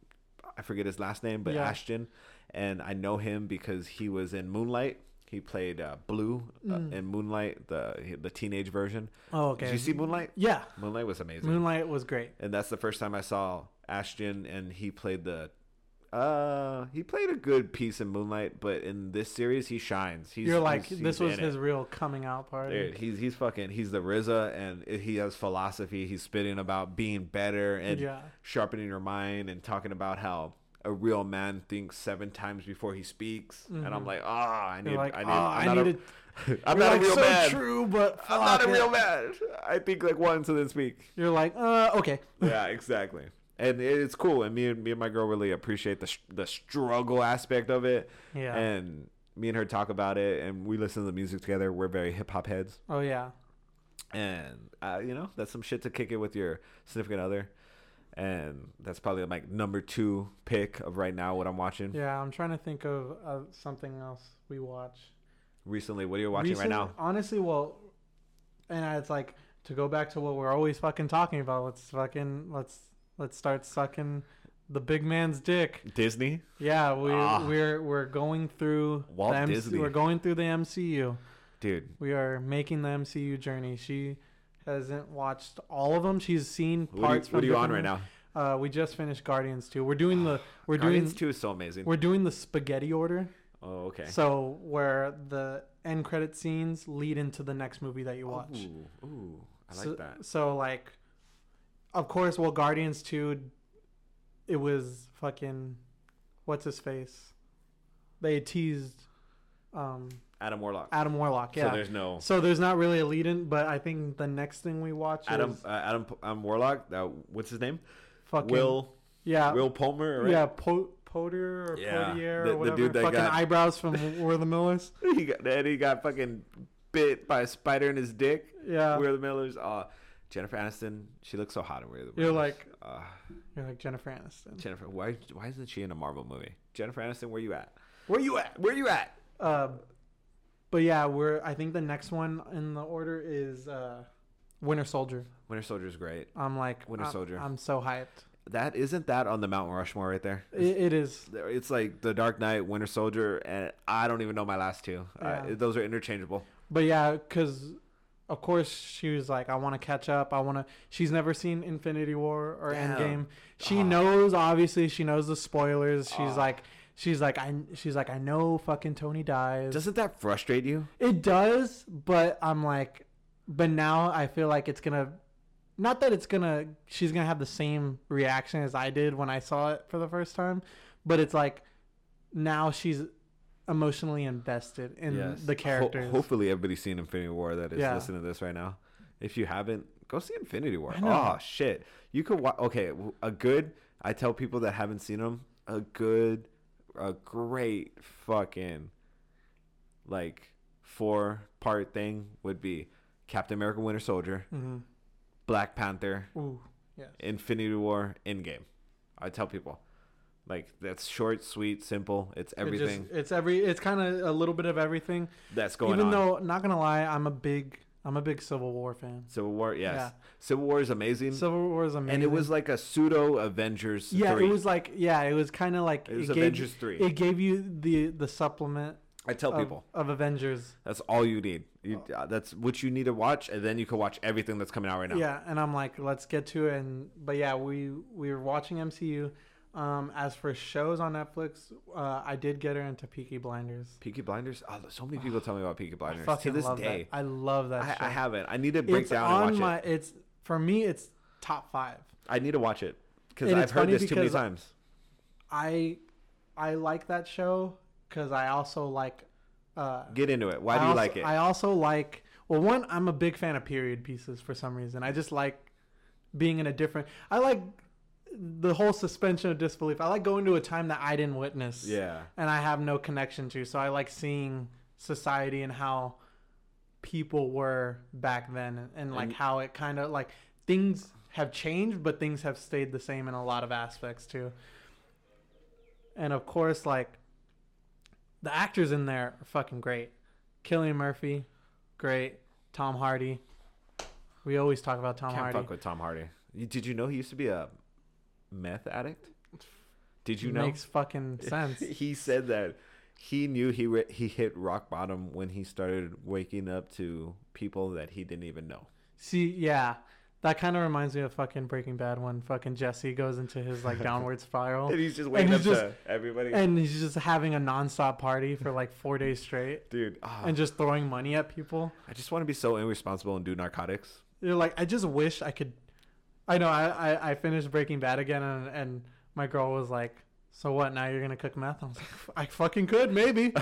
I forget his last name, but Yeah. Ashton. And I know him because he was in Moonlight. He played uh, Blue uh, in Moonlight, the the teenage version. Oh Mm. okay. Did you see Moonlight? Yeah. Moonlight was amazing Moonlight was great. and that's the first time I saw Ashton, and he played the. Uh, he played a good piece in Moonlight, but in this series, he shines. He's, You're like he's- this he's was in his it. real coming out party. Dude, he's he's fucking he's the RZA, and he has philosophy. He's spitting about being better and Yeah. sharpening your mind, and talking about how a real man thinks seven times before he speaks. And I'm like, ah, I need, Mm-hmm. You're like, I need, "Oh, I I'm not need a, I'm not You're like, a real so man. true, but I'm not a fuck it." real man. I think like once and then speak You're like, uh, okay. yeah, exactly. And it's cool. And me and me and my girl really appreciate the sh- the struggle aspect of it. Yeah. And me and her talk about it, and we listen to the music together. We're very hip hop heads, Oh yeah. and uh, you know that's some shit to kick it with your significant other. And that's probably my number two pick of right now. What I'm watching Yeah, I'm trying to think of uh, something else we watch. recently. What are you watching Recent- right now? Honestly, well, and I- it's like to go back to what we're always fucking talking about. Let's fucking let's let's start sucking the big man's dick. Disney. Yeah, we Ah. we're we're going through Walt the MC Disney. We're going through the MCU. Dude, We are making the MCU journey. She hasn't watched all of them. She's seen what are you, parts. what are from you on right different- now? Uh, we just finished Guardians two. We're doing the we're Guardians doing Two is so amazing. we're doing the spaghetti order. Oh, okay. So where the end credit scenes lead into the next movie that you Oh. watch. Ooh, ooh, I like so, that. So like, of course, well, Guardians two, it was fucking, what's his face? They teased, um, Adam Warlock. Adam Warlock. So Yeah. there's no So there's, not really a lead in, but I think the next thing we watch Adam is uh, Adam um, Warlock. Uh, what's his name? fucking Will yeah Will Palmer. Right? yeah Po- Potter or Yeah, Potier or the- the whatever. dude that fucking got- eyebrows from Were the Millers. He got and he got fucking bit by a spider in his dick. Yeah. We're the Millers. Uh, Jennifer Aniston. She looks so hot in We're the Millers. You're like Uh, you're like Jennifer Aniston. Jennifer. Why why isn't she in a Marvel movie? Jennifer Aniston. Where you at? Where you at? Where you at? Uh, but yeah, we're. I think the next one in the order is uh, Winter Soldier. Winter Soldier's great. I'm like Winter I'm- Soldier. I'm so hyped. that isn't that on the Mount Rushmore right there. It, it is. It's like the Dark Knight, Winter Soldier, and I don't even know my last two. Yeah. Uh, those are interchangeable. But yeah, because of course she was like, I want to catch up. I want to. She's never seen Infinity War or Damn. Endgame. She Ah. knows, obviously, she knows the spoilers. She's Ah. like, she's like, I, she's like, I know fucking Tony dies. Doesn't that frustrate you? It does, but I'm like, but now I feel like it's gonna, not that it's gonna, she's gonna have the same reaction as I did when I saw it for the first time, but it's like, now she's emotionally invested in the characters. Ho- hopefully, everybody's seen Infinity War that is Yeah. listening to this right now. If you haven't, go see Infinity War. I know. Oh shit, you could watch. Okay, w- a good. I tell people that haven't seen them a good, a great fucking, like four part thing would be Captain America: Winter Soldier, Mhm. Black Panther, Ooh, yes. Infinity War, Endgame. I tell people, like that's short, sweet, simple. It's It just- everything it's every. It's kind of a little bit of everything. that's going Even on. though, not gonna lie, I'm a big, I'm a big Civil War fan. Civil War, yes. Yeah. Civil War is amazing. Civil War is amazing. and it was like a pseudo Avengers. Yeah, 3. it was like yeah, it was kind of like It was gave- Avengers 3. It gave you the the supplement I tell of, people of Avengers. that's all you need. You, uh, that's what you need to watch, and then you can watch everything that's coming out right now. Yeah, and I'm like, let's get to it. And but yeah, we we were watching MCU. Um, as for shows on Netflix, uh, I did get her into Peaky Blinders. Peaky Blinders. Oh, so many people tell me about Peaky I Blinders. To fucking this love day, that. I love that. I, show. I haven't. I need to break it's down on and watch my. it. It's for me. It's top five. I need to watch it because And I've it's heard funny this too many because- times. I I like that show because I also like. Uh, Get into it. Why I do you also- like it? I also like well, one, I'm a big fan of period pieces for some reason. I just like being in a different. I like the whole suspension of disbelief. I like going to a time that I didn't witness. yeah. And I have no connection to, so I like seeing society and how people were back then, and, like And- how it kind of like things have changed, but things have stayed the same in a lot of aspects too. And of course, like the actors in there are fucking great. Killian Murphy, great. Tom Hardy. We always talk about Tom Can't Hardy. fuck with Tom Hardy. You- Did you know he used to be a meth addict? Did you know? Makes fucking sense. he said that he knew he re- he hit rock bottom when he started waking up to people that he didn't even know. See, yeah. That kind of reminds me of fucking Breaking Bad when fucking Jesse goes into his like downward spiral And he's just waking Oh. he's up just- to everybody. and he's just having a nonstop party for like four days straight Dude, ah, and just throwing money at people. I just want to be so irresponsible and do narcotics. You're like, I just wish I could. I know, I, I, I finished Breaking Bad again and, and my girl was like, So what? Now you're going to cook meth? I was like, I fucking could, maybe.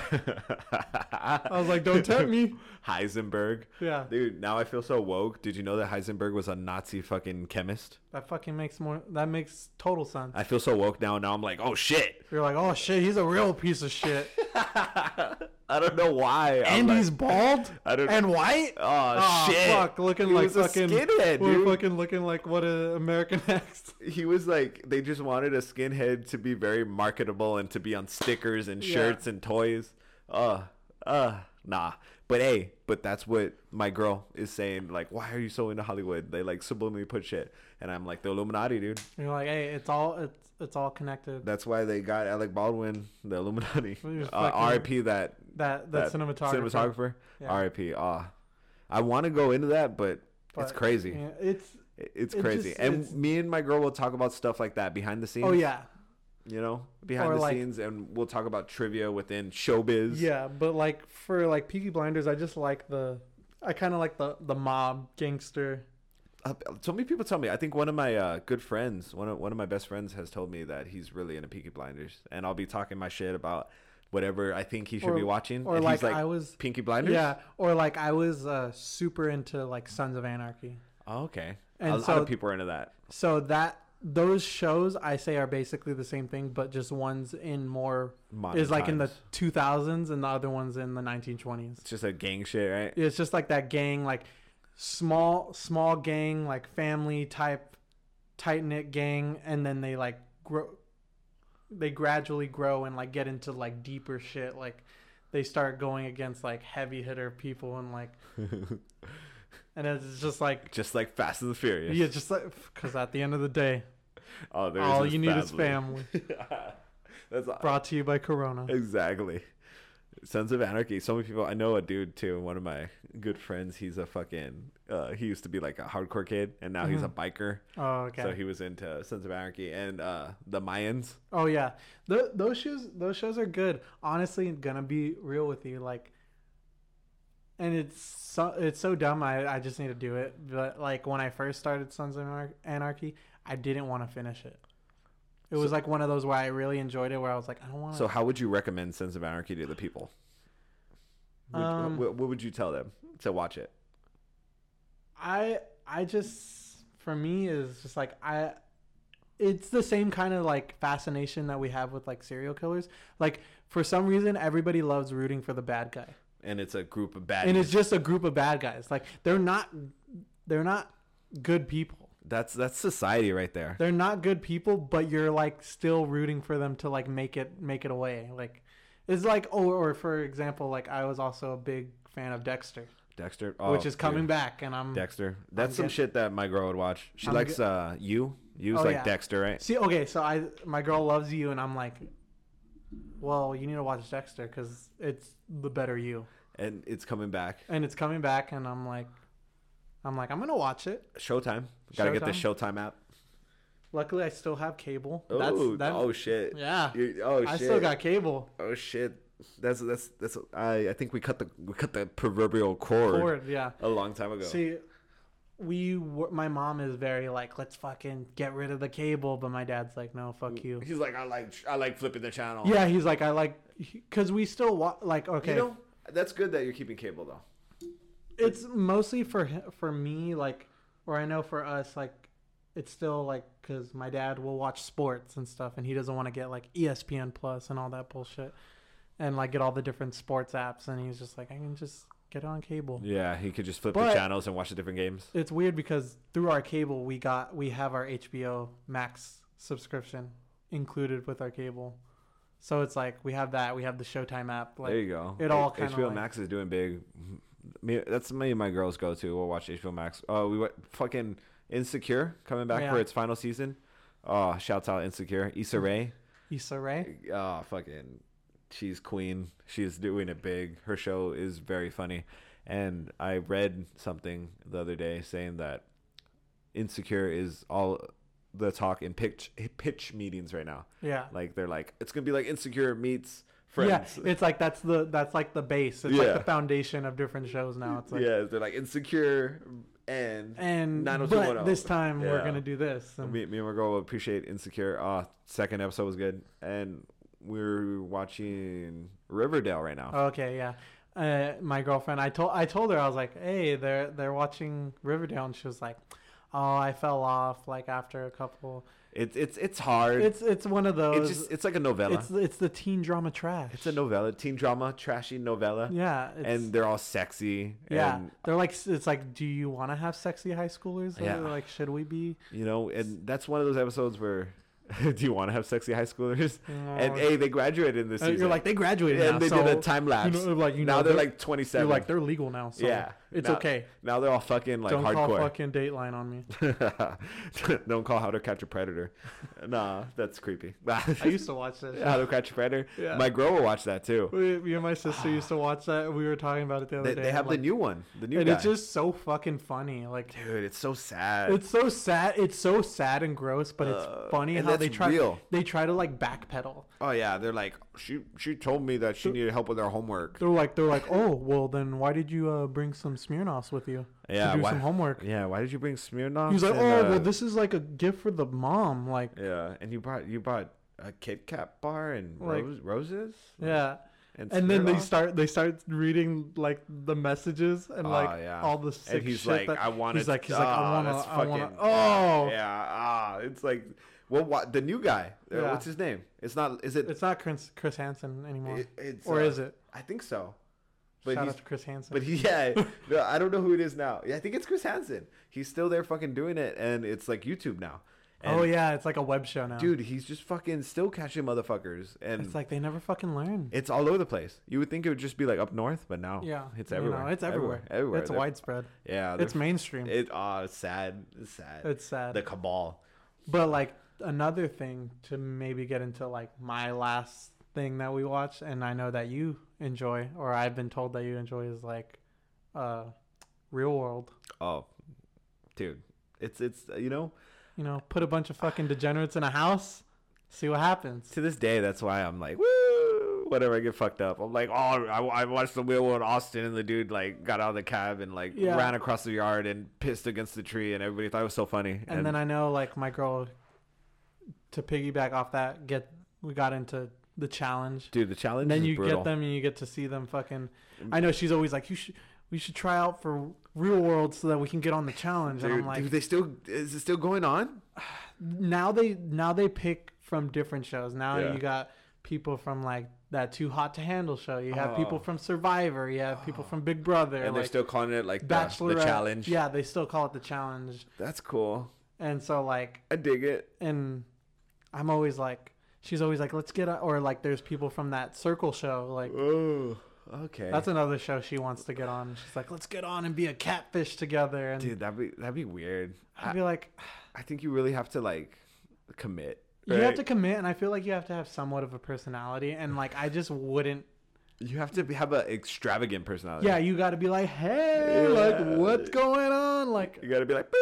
I I was like, Don't tempt me. Heisenberg. Yeah. Dude, now I feel so woke. Did you know that Heisenberg was a Nazi fucking chemist? That fucking makes more. That makes total sense. I feel so woke now. Now I'm like, oh shit. You're like, Oh shit, he's a real piece of shit. I don't know why. I'm and like- he's bald I don't. and white? oh, Aw, shit. Fuck, looking He like was a fucking skinhead, we're dude. fucking looking like what a American next. he was like they just wanted a skinhead to be very marketable and to be on stickers and Yeah. shirts and toys. Uh uh nah. But hey, but that's what my girl is saying, like, why are you so into Hollywood? They like subliminally put shit. And I'm like, the Illuminati, dude. You're like, hey, it's all it's it's all connected. That's why they got Alec Baldwin, the Illuminati. He was Uh, fucking- RIP that That that, cinematographer. cinematographer. Yeah. RIP. Ah. I want to go into that, but, it's But, crazy. yeah, it's It- It's It crazy. just- and it's- me and my girl will talk about stuff like that behind the scenes. oh yeah, you know, behind Or, the like- scenes, and we'll talk about trivia within showbiz. yeah. But like for like Peaky Blinders, I just like the I kind of like the the mob gangster. Uh, so many people tell me. I think one of my uh, good friends, one of one of my best friends, has told me that he's really into Peaky Blinders, and I'll be talking my shit about whatever I think he should Or- be watching. or and like, he's like I was Pinky Blinders. yeah, or like I was uh, super into like Sons of Anarchy. Oh, okay. And a lot so- of people are into that. So that those shows I say are basically the same thing, but just ones in more Modern is like in the times. 2000s and the other ones in the 1920s. It's just a gang shit, right? It's just like that gang, like small, small gang, like family type, tight knit gang, and then they like grow, they gradually grow and like get into like deeper shit. Like they start going against like heavy hitter people and like, and it's just like Just like Fast and the Furious. yeah, just like because at the end of the day, Oh, there's All his you need is family. family. That's all- Brought to you by Corona. exactly. Sons of Anarchy. So many people. I know a dude too. One of my good friends. He's a fucking. Uh, he used to be like a hardcore kid, and now he's a biker. Oh, okay. So he was into Sons of Anarchy and uh, the Mayans. Oh yeah, Th those shows those shows are good. Honestly, gonna be real with you, like, and it's so it's so dumb. I I just need to do it. But like when I first started Sons of Anar- Anarchy, I didn't want to finish it. It was like one of those where I really enjoyed it, where I was like, I don't want to. So how would you recommend Sons of Anarchy to the people? Would, uh, Um, what, what would you tell them to watch it? I I just for me is just like I it's the same kind of like fascination that we have with like serial killers. Like for some reason everybody loves rooting for the bad guy. And it's a group of bad. and it's just a group of bad guys. Like they're not they're not good people. that's that's society right there. They're not good people, but you're like still rooting for them to like make it make it away. Like it's like oh, or for example, like I was also a big fan of Dexter, Dexter, oh, which is coming dude. back, and I'm Dexter. That's some get- shit that my girl would watch. She I'm likes uh you. You's Oh, like yeah. Dexter, right? see okay. So I my girl loves you, and I'm like, well, you need to watch Dexter because it's the better you, And it's coming back. and it's coming back, and I'm like, I'm like I'm gonna watch it. Showtime. Gotta get the Showtime app. Luckily, I still have cable. Oh, that- oh shit. yeah. You- oh shit. I still got cable. Oh shit. That's that's that's. I I think we cut the we cut the proverbial cord Cord, yeah. a long time ago. See, we were, my mom is very like, let's fucking get rid of the cable, but my dad's like, no, fuck you. Mm. He's like, I like I like flipping the channel. Yeah, he's like, I like, because we still wa- like, okay, You know, that's good that you're keeping cable though. it's mostly for hi- for me, like, or I know for us, like, it's still like, because my dad will watch sports and stuff, and he doesn't want to get like E ESPN Plus and all that bullshit, and like get all the different sports apps, and he's just like, I can just get it on cable. Yeah, he could just flip But- the channels and watch the different games. it's weird because through our cable we got we have our HBO Max subscription included with our cable. So it's like we have that, we have the Showtime app. Like there you go. it all H- kinda HBO like- Max is doing big. Me, that's me and my girls go to. We'll watch HBO Max. Oh, we went fucking Insecure coming back Yeah. for its final season. Oh, shouts out Insecure. Issa Rae. Issa Rae. Oh, fucking, she's queen. She's doing it big. Her show is very funny. And I read something the other day saying that Insecure is all the talk in pitch pitch meetings right now. Yeah. Like they're like, it's gonna be like Insecure meets Friends. Yeah, it's like that's the that's like the base. It's Yeah. like the foundation of different shows now. It's like yeah, they're like insecure and and but 90210. this time we're oh. Yeah. gonna do this. And me, me and my girl appreciate insecure. Uh second episode was good, and we're watching Riverdale right now. Okay, yeah. Uh, my girlfriend, I told I told her I was like, "Hey, they're they're watching Riverdale," and she was like, "Oh, I fell off like after a couple." it's it's it's hard. It's, It's it's one of those. just it's like a novella. It's It's, it's the teen drama trash. a novella, teen drama, trashy novella, yeah, it's, and they're all sexy. yeah, and, they're like it's like, do you want to have sexy high schoolers? Or Yeah. like should we be? you know, and that's one of those episodes where. Do you want to have sexy high schoolers? And No. hey, they graduated in this Uh, season. Oh, You're Uh, like they graduated and now, they so did a time lapse. You know, like you now know, they're, like 27. you're like they're legal now, so yeah, it's Now- okay. Now they're all fucking like Don't call hardcore. fucking Dateline on me. Don't call How to Catch a Predator. nah, that's creepy. I used to watch that. Shit. How to Catch a Predator. Yeah. My girl will watch that too. We, me and my sister used to watch that. We were talking about it the other They, day. they have the I'm like, new one. The new and guy. it's just so fucking funny. Like Dude, it's so sad. it's so sad. It's so sad and gross, but it's Uh, funny and how they that's try. real. They try to like backpedal. oh yeah, they're like she she told me that she needed help with her homework. They're like, they're like, oh, well, then why did you uh, bring some Smirnoffs with you Yeah, to do why- some homework? Yeah, why did you bring Smirnoff? He's like, oh, well, this is like a gift for the mom, like, Yeah, and you brought you bought a Kit Kat bar and Like- rose, roses. yeah. And, And then they Smirnoff? start, they start reading like the messages and Oh, like yeah. all the sick and he's shit. like, that, I want to. He's like, he's like, I want to, I want to. Oh, yeah, ah, it's like, well, what the new guy? uh, Yeah. What's his name? It's not. Is it? it's not Chris, Chris Hansen anymore, it- it's, or uh, is it? I think so. But Shout he's, out to Chris Hansen. but he, yeah, no, I don't know who it is now. Yeah, I think it's Chris Hansen. He's still there, fucking doing it, and it's like YouTube now. And, oh yeah, it's like a web show now. dude, he's just fucking still catching motherfuckers, and it's like they never fucking learn. it's all over the place. You would think it would just be like up north, but no, yeah, it's you know, everywhere. it's everywhere. everywhere. It's They're- widespread. Yeah, It's they're- mainstream. It ah, it's sad, it's sad. It's sad. the cabal. But like another thing to maybe get into like my last thing that we watched and I know that you enjoy or I've been told that you enjoy is like uh real world. Oh, dude, it's it's you know You know, put a bunch of fucking degenerates in a house, see what happens. to this day that's why I'm like woo whenever I get fucked up I'm like oh I, I watched the wheel in Austin and the dude like got out of the cab and like Yeah. ran across the yard and pissed against the tree and everybody thought it was so funny And, then I know like my girl to piggyback off that get we got into the challenge. dude the challenge And then is you brutal. get them and you get to see them fucking I know she's always like you should we should try out for real world so that we can get on the challenge and Dude, I'm like dude, they still is it still going on? now they now they pick from different shows. Now Yeah. you got people from like that Too Hot to Handle show. You have people Oh. from Survivor. You have people from Big Brother. And they're like still calling it like the, Bachelorette. the challenge. Yeah, they still call it the challenge. That's cool. And so like I dig it. and I'm always like she's always like let's get a, or like there's people from that Circle show like. Oh, okay. That's another show she wants to get on. She's like, let's get on and be a catfish together. And dude, that'd be that'd be weird. I'd I, be like, I think you really have to like commit. you have right? to commit, and I feel like you have to have somewhat of a personality. And like, I just wouldn't You have to be- have an extravagant personality. Yeah, you got to be like, hey, Yeah. like, what's going on? Like, You gotta be like, "Boo!"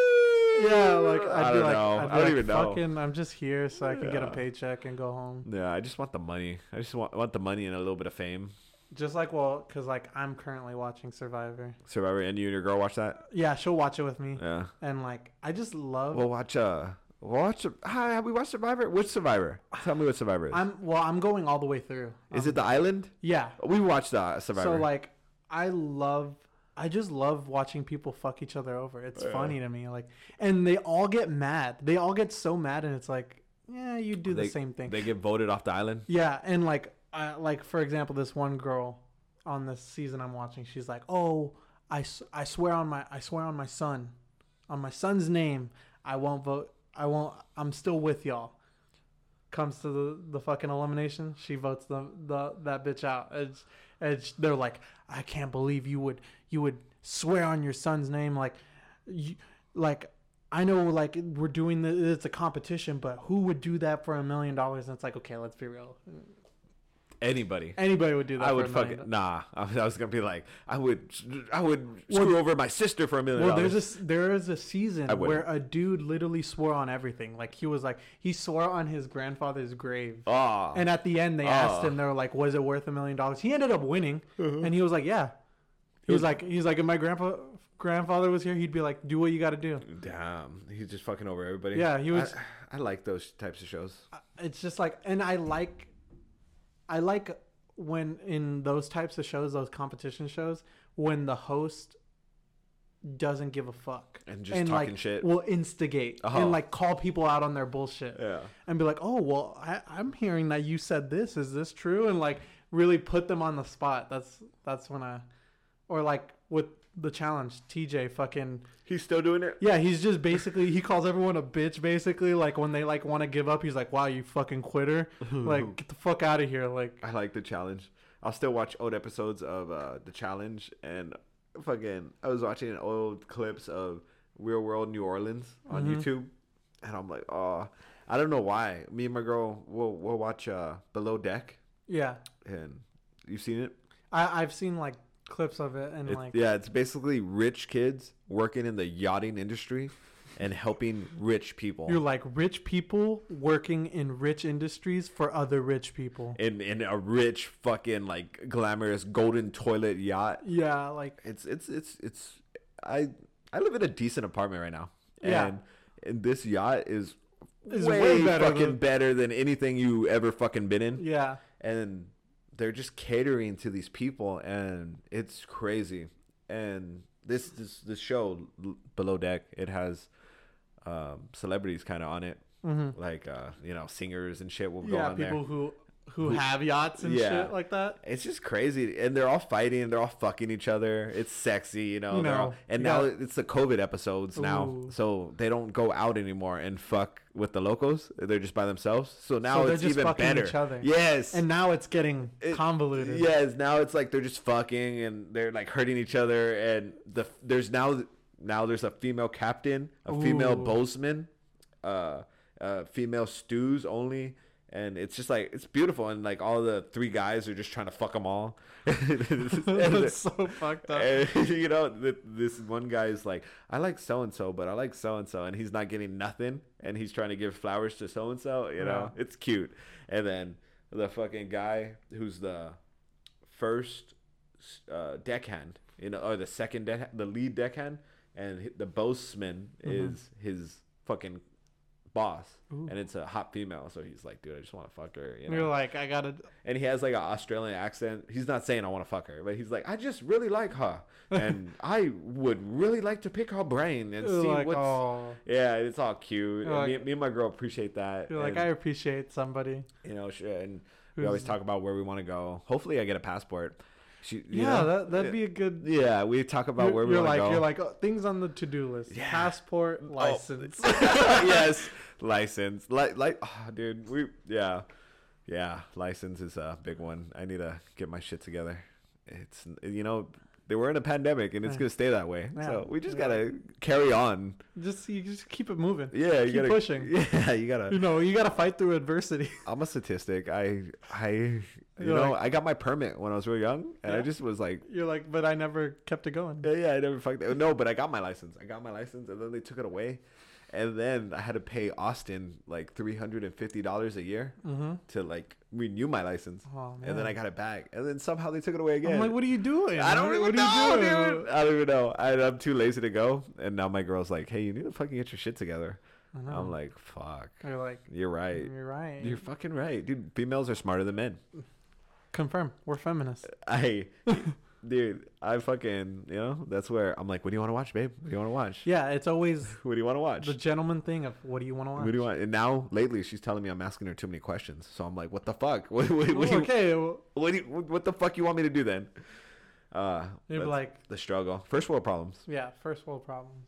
yeah, like, I'd I be don't like, know. I'd be I don't like, even know. fucking, I'm just here so I can get a Yeah. paycheck and go home. Yeah, I just want the money. I just want want the money and a little bit of fame. Just like, well, because, like, I'm currently watching Survivor. Survivor, and you and your girl watch that. Yeah, she'll watch it with me. Yeah, And, like, I just love. we'll watch. Uh, we'll watch. Hi, have we watched Survivor? Which Survivor? Tell me what Survivor is. I'm well. I'm going all the way through. is it the island? Yeah. We watched uh, Survivor. So like, I love. I just love watching people fuck each other over. It's Yeah. funny to me. Like, and they all get mad. They all get so mad, and it's like, yeah, you do They- the same thing. They get voted off the island. Yeah, and like, uh, like for example, this one girl on this season I'm watching, she's like, "Oh, I, s- I swear on my I swear on my son, on my son's name, I won't vote. I won't. I'm still with y'all." Comes to the, the fucking elimination, she votes the, the that bitch out. It's, it's they're like, "I can't believe you would you would swear on your son's name like, you, like." I know, like we're doing the, it's a competition, but who would do that for a million dollars? And it's like, okay, let's be real. Anybody. Anybody would do that. I for would a fucking million do- nah. I was, I was gonna be like, I would, I would Well- screw over my sister for a million. Well, dollars. there's this there is a season I where wouldn't. a dude literally swore on everything. Like he was like he swore on his grandfather's grave. Ah, And at the end, they asked Oh. him. They were like, "Was it worth a million dollars?" He ended up winning, Uh-huh. and he was like, "Yeah." He was like, "He's like, if my grandpa grandfather was here, he'd be like, do what you got to do." damn, he's just fucking over everybody. Yeah, he was- I, I like those types of shows. It's just like, and I like, I like when in those types of shows, those competition shows, when the host doesn't give a fuck And just talking like, shit. will instigate Oh. and like call people out on their bullshit. Yeah. and be like, "Oh, well, I, I'm hearing that you said this. Is this true?" And like really put them on the spot. That's that's when I, or like with the challenge, TJ fucking He's still doing it. yeah, he's just basically he calls everyone a bitch. Basically, like when they like want to give up, he's like, "Wow, you fucking quitter! Like get the fuck out of here!" Like I like the challenge. I'll still watch old episodes of uh, the challenge and fucking. I was watching old clips of Real World New Orleans on Mm-hmm. YouTube, and I'm like, oh, I don't know why. Me and my girl will will watch uh, Below Deck, yeah, and you've seen it. I I've seen like clips of it and It- Mm, like yeah, it's basically rich kids working in the yachting industry and helping rich people. you're like rich people working in rich industries for other rich people. in, in a rich fucking like glamorous golden toilet yacht Yeah, like it's it's it's it's I I live in a decent apartment right now. Yeah. And, and this yacht is, Is way, way better fucking than- better than anything you ever fucking been in. yeah. And they're just catering to these people and it's crazy. And this this this show L- Below Deck, it has um, celebrities kind of on it. Like uh, you know, singers and shit will go Mm-hmm. yeah, on there. people who who have yachts and Yeah. shit like that. It's just crazy, and they're all fighting, they're all fucking each other. It's sexy, you know. You they're know, all, and you now got- it's the COVID episodes now, Ooh. so they don't go out anymore and fuck with the locals. They're just by themselves. So now So they're it's just even fucking better. each other. Yes, And now it's getting It- convoluted. Yes, now it's like they're just fucking and they're like hurting each other, and the there's now now there's a female captain, a female Ooh. bozeman, uh, uh, female stews only. And it's just like it's beautiful, and like all the three guys are just trying to fuck them all. That's so fucked up. And, you know, th- this one guy is like, I like so and so, but I like so and so, and he's not getting nothing, and he's trying to give flowers to so and so. You know, it's cute. And then the fucking guy who's the first uh, deckhand, you know, or the second deck, the lead deckhand, and hi- the boatsman is his fucking boss, and it's a hot female. So he's like, dude, I just want to fuck her. You know? You're like, I gotta. and he has like an Australian accent. He's not saying I want to fuck her, but he's like, I just really like her, and I would really like to pick her brain and see You're like, what's. oh. Yeah, it's all cute. You're and me, like- me and my girl appreciate that. You're like, I and, appreciate somebody. you know, sh- and we always Who's- talk about where we want to go. Hopefully, I get a passport. She, you Yeah, know? that that'd be a good. Yeah, we talk about you're, where we you're want like to go. you're like oh, things on the to do list: Yeah. Oh. passport, license. yes, license. Like, like, oh, dude, we, yeah, yeah, license is a big one. I need to get my shit together. It's, you know, they were in a pandemic and it's Yeah. gonna stay that way. Yeah. So we just Yeah. gotta carry on. just you just keep it moving. Yeah, you Keep gotta pushing. Yeah, you You gotta. know, you gotta fight through adversity. I'm a statistic. I, I, you You're know, like- I got my permit when I was real young, and I Yeah. just was like, You're like, but I never kept it going. Yeah, yeah, I never fucked it. No, but I got my license. I got my license, and then they took it away, and then I had to pay Austin like three hundred and fifty dollars a year to like renew my license, Oh, Mm-hmm. and then I got it back, and then somehow they took it away again. I'm like, what are you doing? I don't What- even what know, are you doing? dude. I don't even know. I, I'm too lazy to go, and now my girl's like, "Hey, you need to fucking get your shit together." I know. I'm like, "Fuck, You're like, you're right." you're right. You're fucking right, dude. Females are smarter than men. Confirm, we're feminists. I, dude, I fucking, you know, that's where I'm like, what do you want to watch, babe? What do you want to watch? Yeah, it's always What do you want to watch? the gentleman thing of what do you want to watch? What do you want? And now, lately, she's telling me I'm asking her too many questions. So I'm like, what the fuck? What, what, what, Well, do, you, okay, well, what, do you, what the fuck you want me to do then? Uh, you'd be that's like, the struggle. First world problems. yeah, first world problems.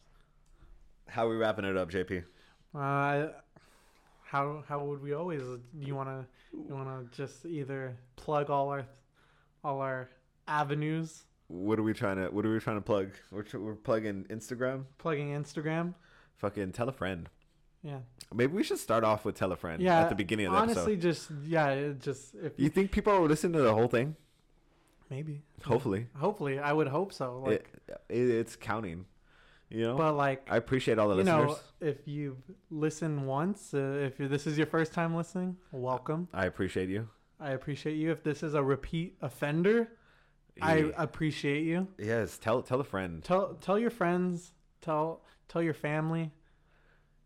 How are we wrapping it up, JP? Uh, how how would we always? Do you want to you want to just either plug all our all our avenues, What are we trying to What are we trying to plug? We're, tr- we're plugging Instagram. plugging Instagram? Fucking tell a friend. Yeah, Maybe we should start off with tell a friend yeah. at the beginning of the honestly, episode. just yeah, it just if You think people will listen to the whole thing? maybe Hopefully, hopefully I would hope so. Like, it, it, it's counting. You know, but like I appreciate all the you Uh, listeners. know, if you listen once, uh, if you this is your first time listening, welcome. I appreciate you. I appreciate you. If this is a repeat offender, I appreciate you. yes, tell tell a friend. Tell tell your friends. Tell tell your family.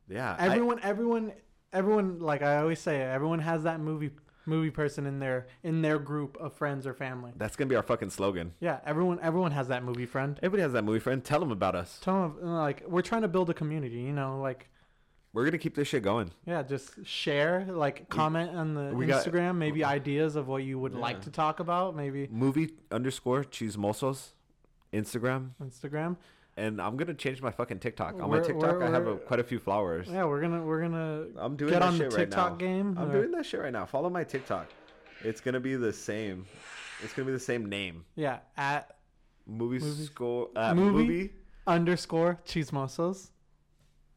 Yeah, I- Everyone, everyone, everyone. Like I always say, everyone has that movie movie person in their in their group of friends or family. That's gonna be our fucking slogan. Yeah, everyone, everyone has that movie friend. Everybody has that movie friend. Tell them about us. Tell them like we're trying to build a community. You know, like We're gonna keep this shit going. Yeah, just share, like comment on the we got- Instagram, maybe ideas of what you would like Yeah. to talk about, maybe Movie underscore chismosos, Instagram, Instagram. and I'm gonna change my fucking TikTok. On my We're- TikTok, we're- I have a, we're- quite a few followers. Yeah, we're gonna we're gonna I'm doing get that on shit the right TikTok now. game. I'm or- doing that shit right now. Follow my TikTok. It's gonna be the same. It's gonna be the same name. yeah, at Movie Movies. score uh, Movie? movie? underscore chismosos.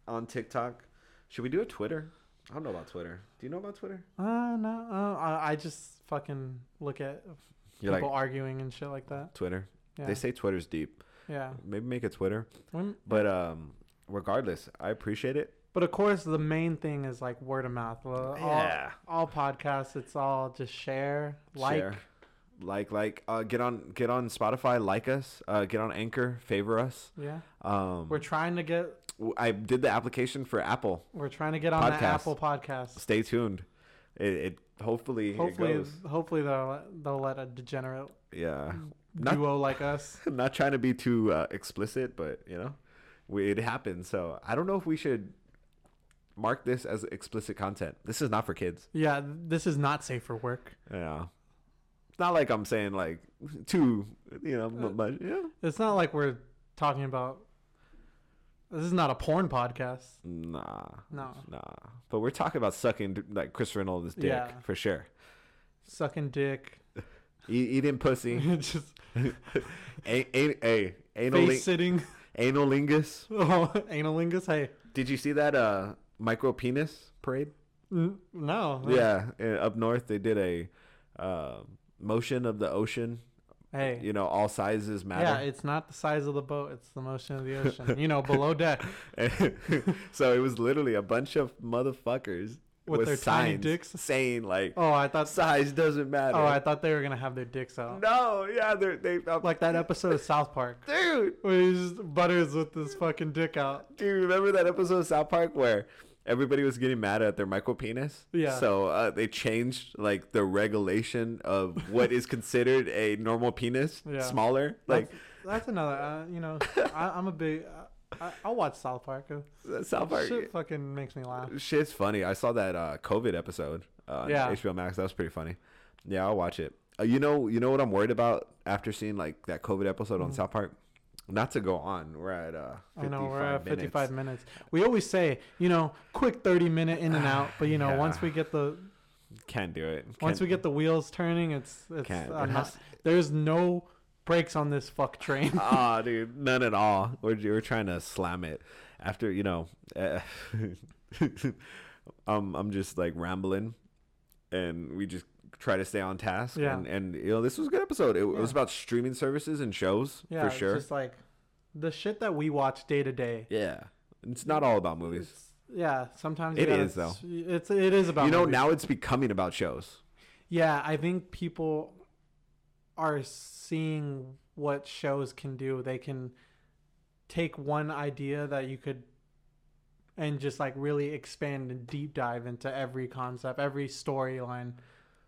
on TikTok. Should we do a Twitter? I don't know about Twitter. Do you know about Twitter? Uh no, uh, I, I just fucking look at You're people like arguing and shit like that. Twitter. Yeah, They say Twitter's deep. yeah. Maybe make a Twitter. When- But um, regardless, I appreciate it. but of course, the main thing is like word of mouth. Well, Yeah. All, all podcasts, it's all just share, like, Share. like, like, uh, get on, get on Spotify, like us, uh, get on Anchor, favor us. yeah. Um, We're trying to get w- I did the application for Apple. We're trying to get on the Podcast. Apple Podcast. Stay tuned. It, it hopefully, it Hopefully, goes. hopefully they'll they'll let a degenerate Yeah, Not- duo like us. not trying to be too uh, explicit, but you know, we, it happened. So I don't know if we should mark this as explicit content. This is not for kids. Yeah, this is not safe for work. Yeah, it's not like I'm saying like too, you know, Uh, m- much. Yeah. It's not like we're talking about. This is not a porn podcast. Nah. No. Nah. But we're talking about sucking d- like Chris Reynolds' dick Yeah. for sure. Sucking dick, E- eating pussy. just a- a- a- face analing- sitting, analingus. oh, analingus. Hey, Did you see that uh micro penis parade? N- No. Yeah, uh, up north they did a uh, motion of the ocean. Hey. You know, all sizes yeah, matter. it's not the size of the boat; it's the motion of the ocean. You know, below deck so it was literally a bunch of motherfuckers with, their tiny signs dicks. saying like Oh, I thought. size doesn't matter. Oh, I thought they were gonna have their dicks out, no, yeah, they're, they I'm like that episode of South Park dude. where he's just butters with his fucking dick out. Do you remember that episode of South Park where everybody was getting mad at their micro penis? Yeah. So uh, they changed like the regulation of what is considered a normal penis, Yeah. smaller. Like That's another. Uh, you know, I, I'm a big. uh, I, I'll watch South Park. Uh, South Park. Shit fucking makes me laugh. Shit's funny. I saw that uh, COVID episode uh, on Yeah. HBO Max. That was pretty funny. Yeah, I'll watch it. Uh, you know, you know what I'm worried about after seeing like that COVID episode on South Park. Not to go on. We're at uh, 55 Mm. I know we're at minutes. 55 minutes. We always say, you know, quick 30 minute in and out, but you know, Yeah. once we get the Can't do it. once Can't- we get the wheels turning, it's it's Can't. I'm It not- has- there's no brakes on this fuck train. Ah, dude, none at all. We're we're trying to slam it after you know. Uh, um, I'm just like rambling, and we just try to stay on task. Yeah. and, and you know this was a good episode. It, it was Yeah. about streaming services and shows yeah, for sure. It's just like the shit that we watch day to day. yeah, it's not all about movies. It's- Yeah, sometimes It you gotta- is, though. It's it is about You know, movies. now it's becoming about shows. Yeah, I think people are seeing what shows can do. They can take one idea that you could and just like really expand and deep dive into every concept, every storyline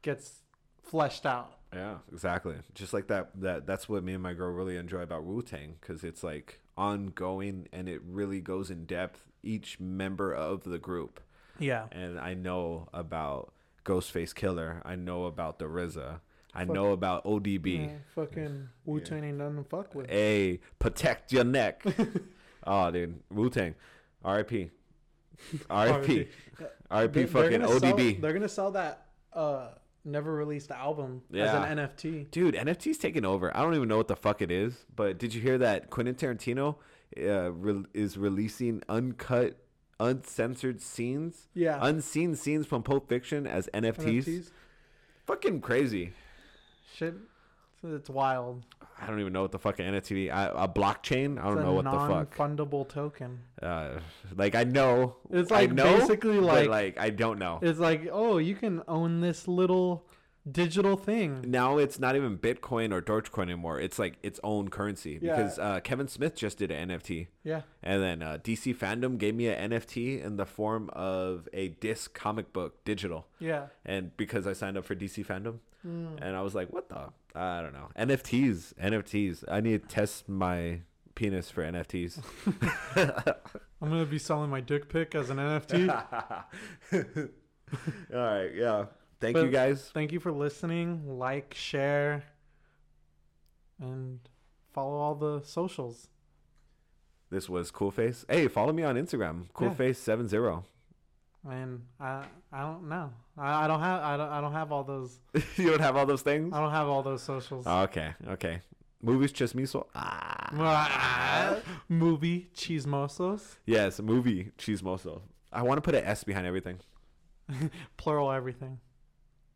gets fleshed out. Yeah, exactly. Just like that. That that's what me and my girl really enjoy about Wu Tang because it's like ongoing and it really goes in depth. Each member of the group. Yeah. and I know about Ghostface Killer. I know about the RZA. I know about ODB. fucking Wu Tang ain't nothing to fuck with. Hey, protect your neck. oh, dude, Wu Tang, R.I.P. R.I.P. R.I.P. Fucking ODB. they're gonna sell that uh never released album as Yeah. an NFT. Dude, NFT's taking over. I don't even know what the fuck it is, but did you hear that Quentin Tarantino uh, re- is releasing uncut, uncensored scenes, Yeah. unseen scenes from Pulp Fiction as NFTs? NFTs. Fucking crazy. Shit. It's wild. I don't even know what the fuck an NFT. I, a blockchain. I don't It's know a what the fuck. Non-fundable token. Uh, like I know. It's I like know, basically but, like- like I don't know. It's like, oh, you can own this little digital thing. Now it's not even Bitcoin or Dogecoin anymore. It's like its own currency Yeah. because uh, Kevin Smith just did an NFT, Yeah. and then uh, DC fandom gave me an NFT in the form of a disc comic book digital. Yeah. and because I signed up for DC fandom, Hmm. and I was like, "What the? I don't know." NFTs, NFTs. I need to test my penis for NFTs. I'm gonna be selling my dick pic as an NFT. All right, yeah. Thank you But- guys. Thank you for listening. Like, share, and follow all the socials. This was Cool Face. Hey, follow me on Instagram, Yeah. CoolFace70. And I, I don't know. I, I don't have. I don't. I don't have all those. you don't have all those things? I don't have all those socials. Okay, okay. Movies Chismiso. Ah. Ah, Movie chismosos, Yes, movie Chismoso. I want to put an S behind everything. plural everything.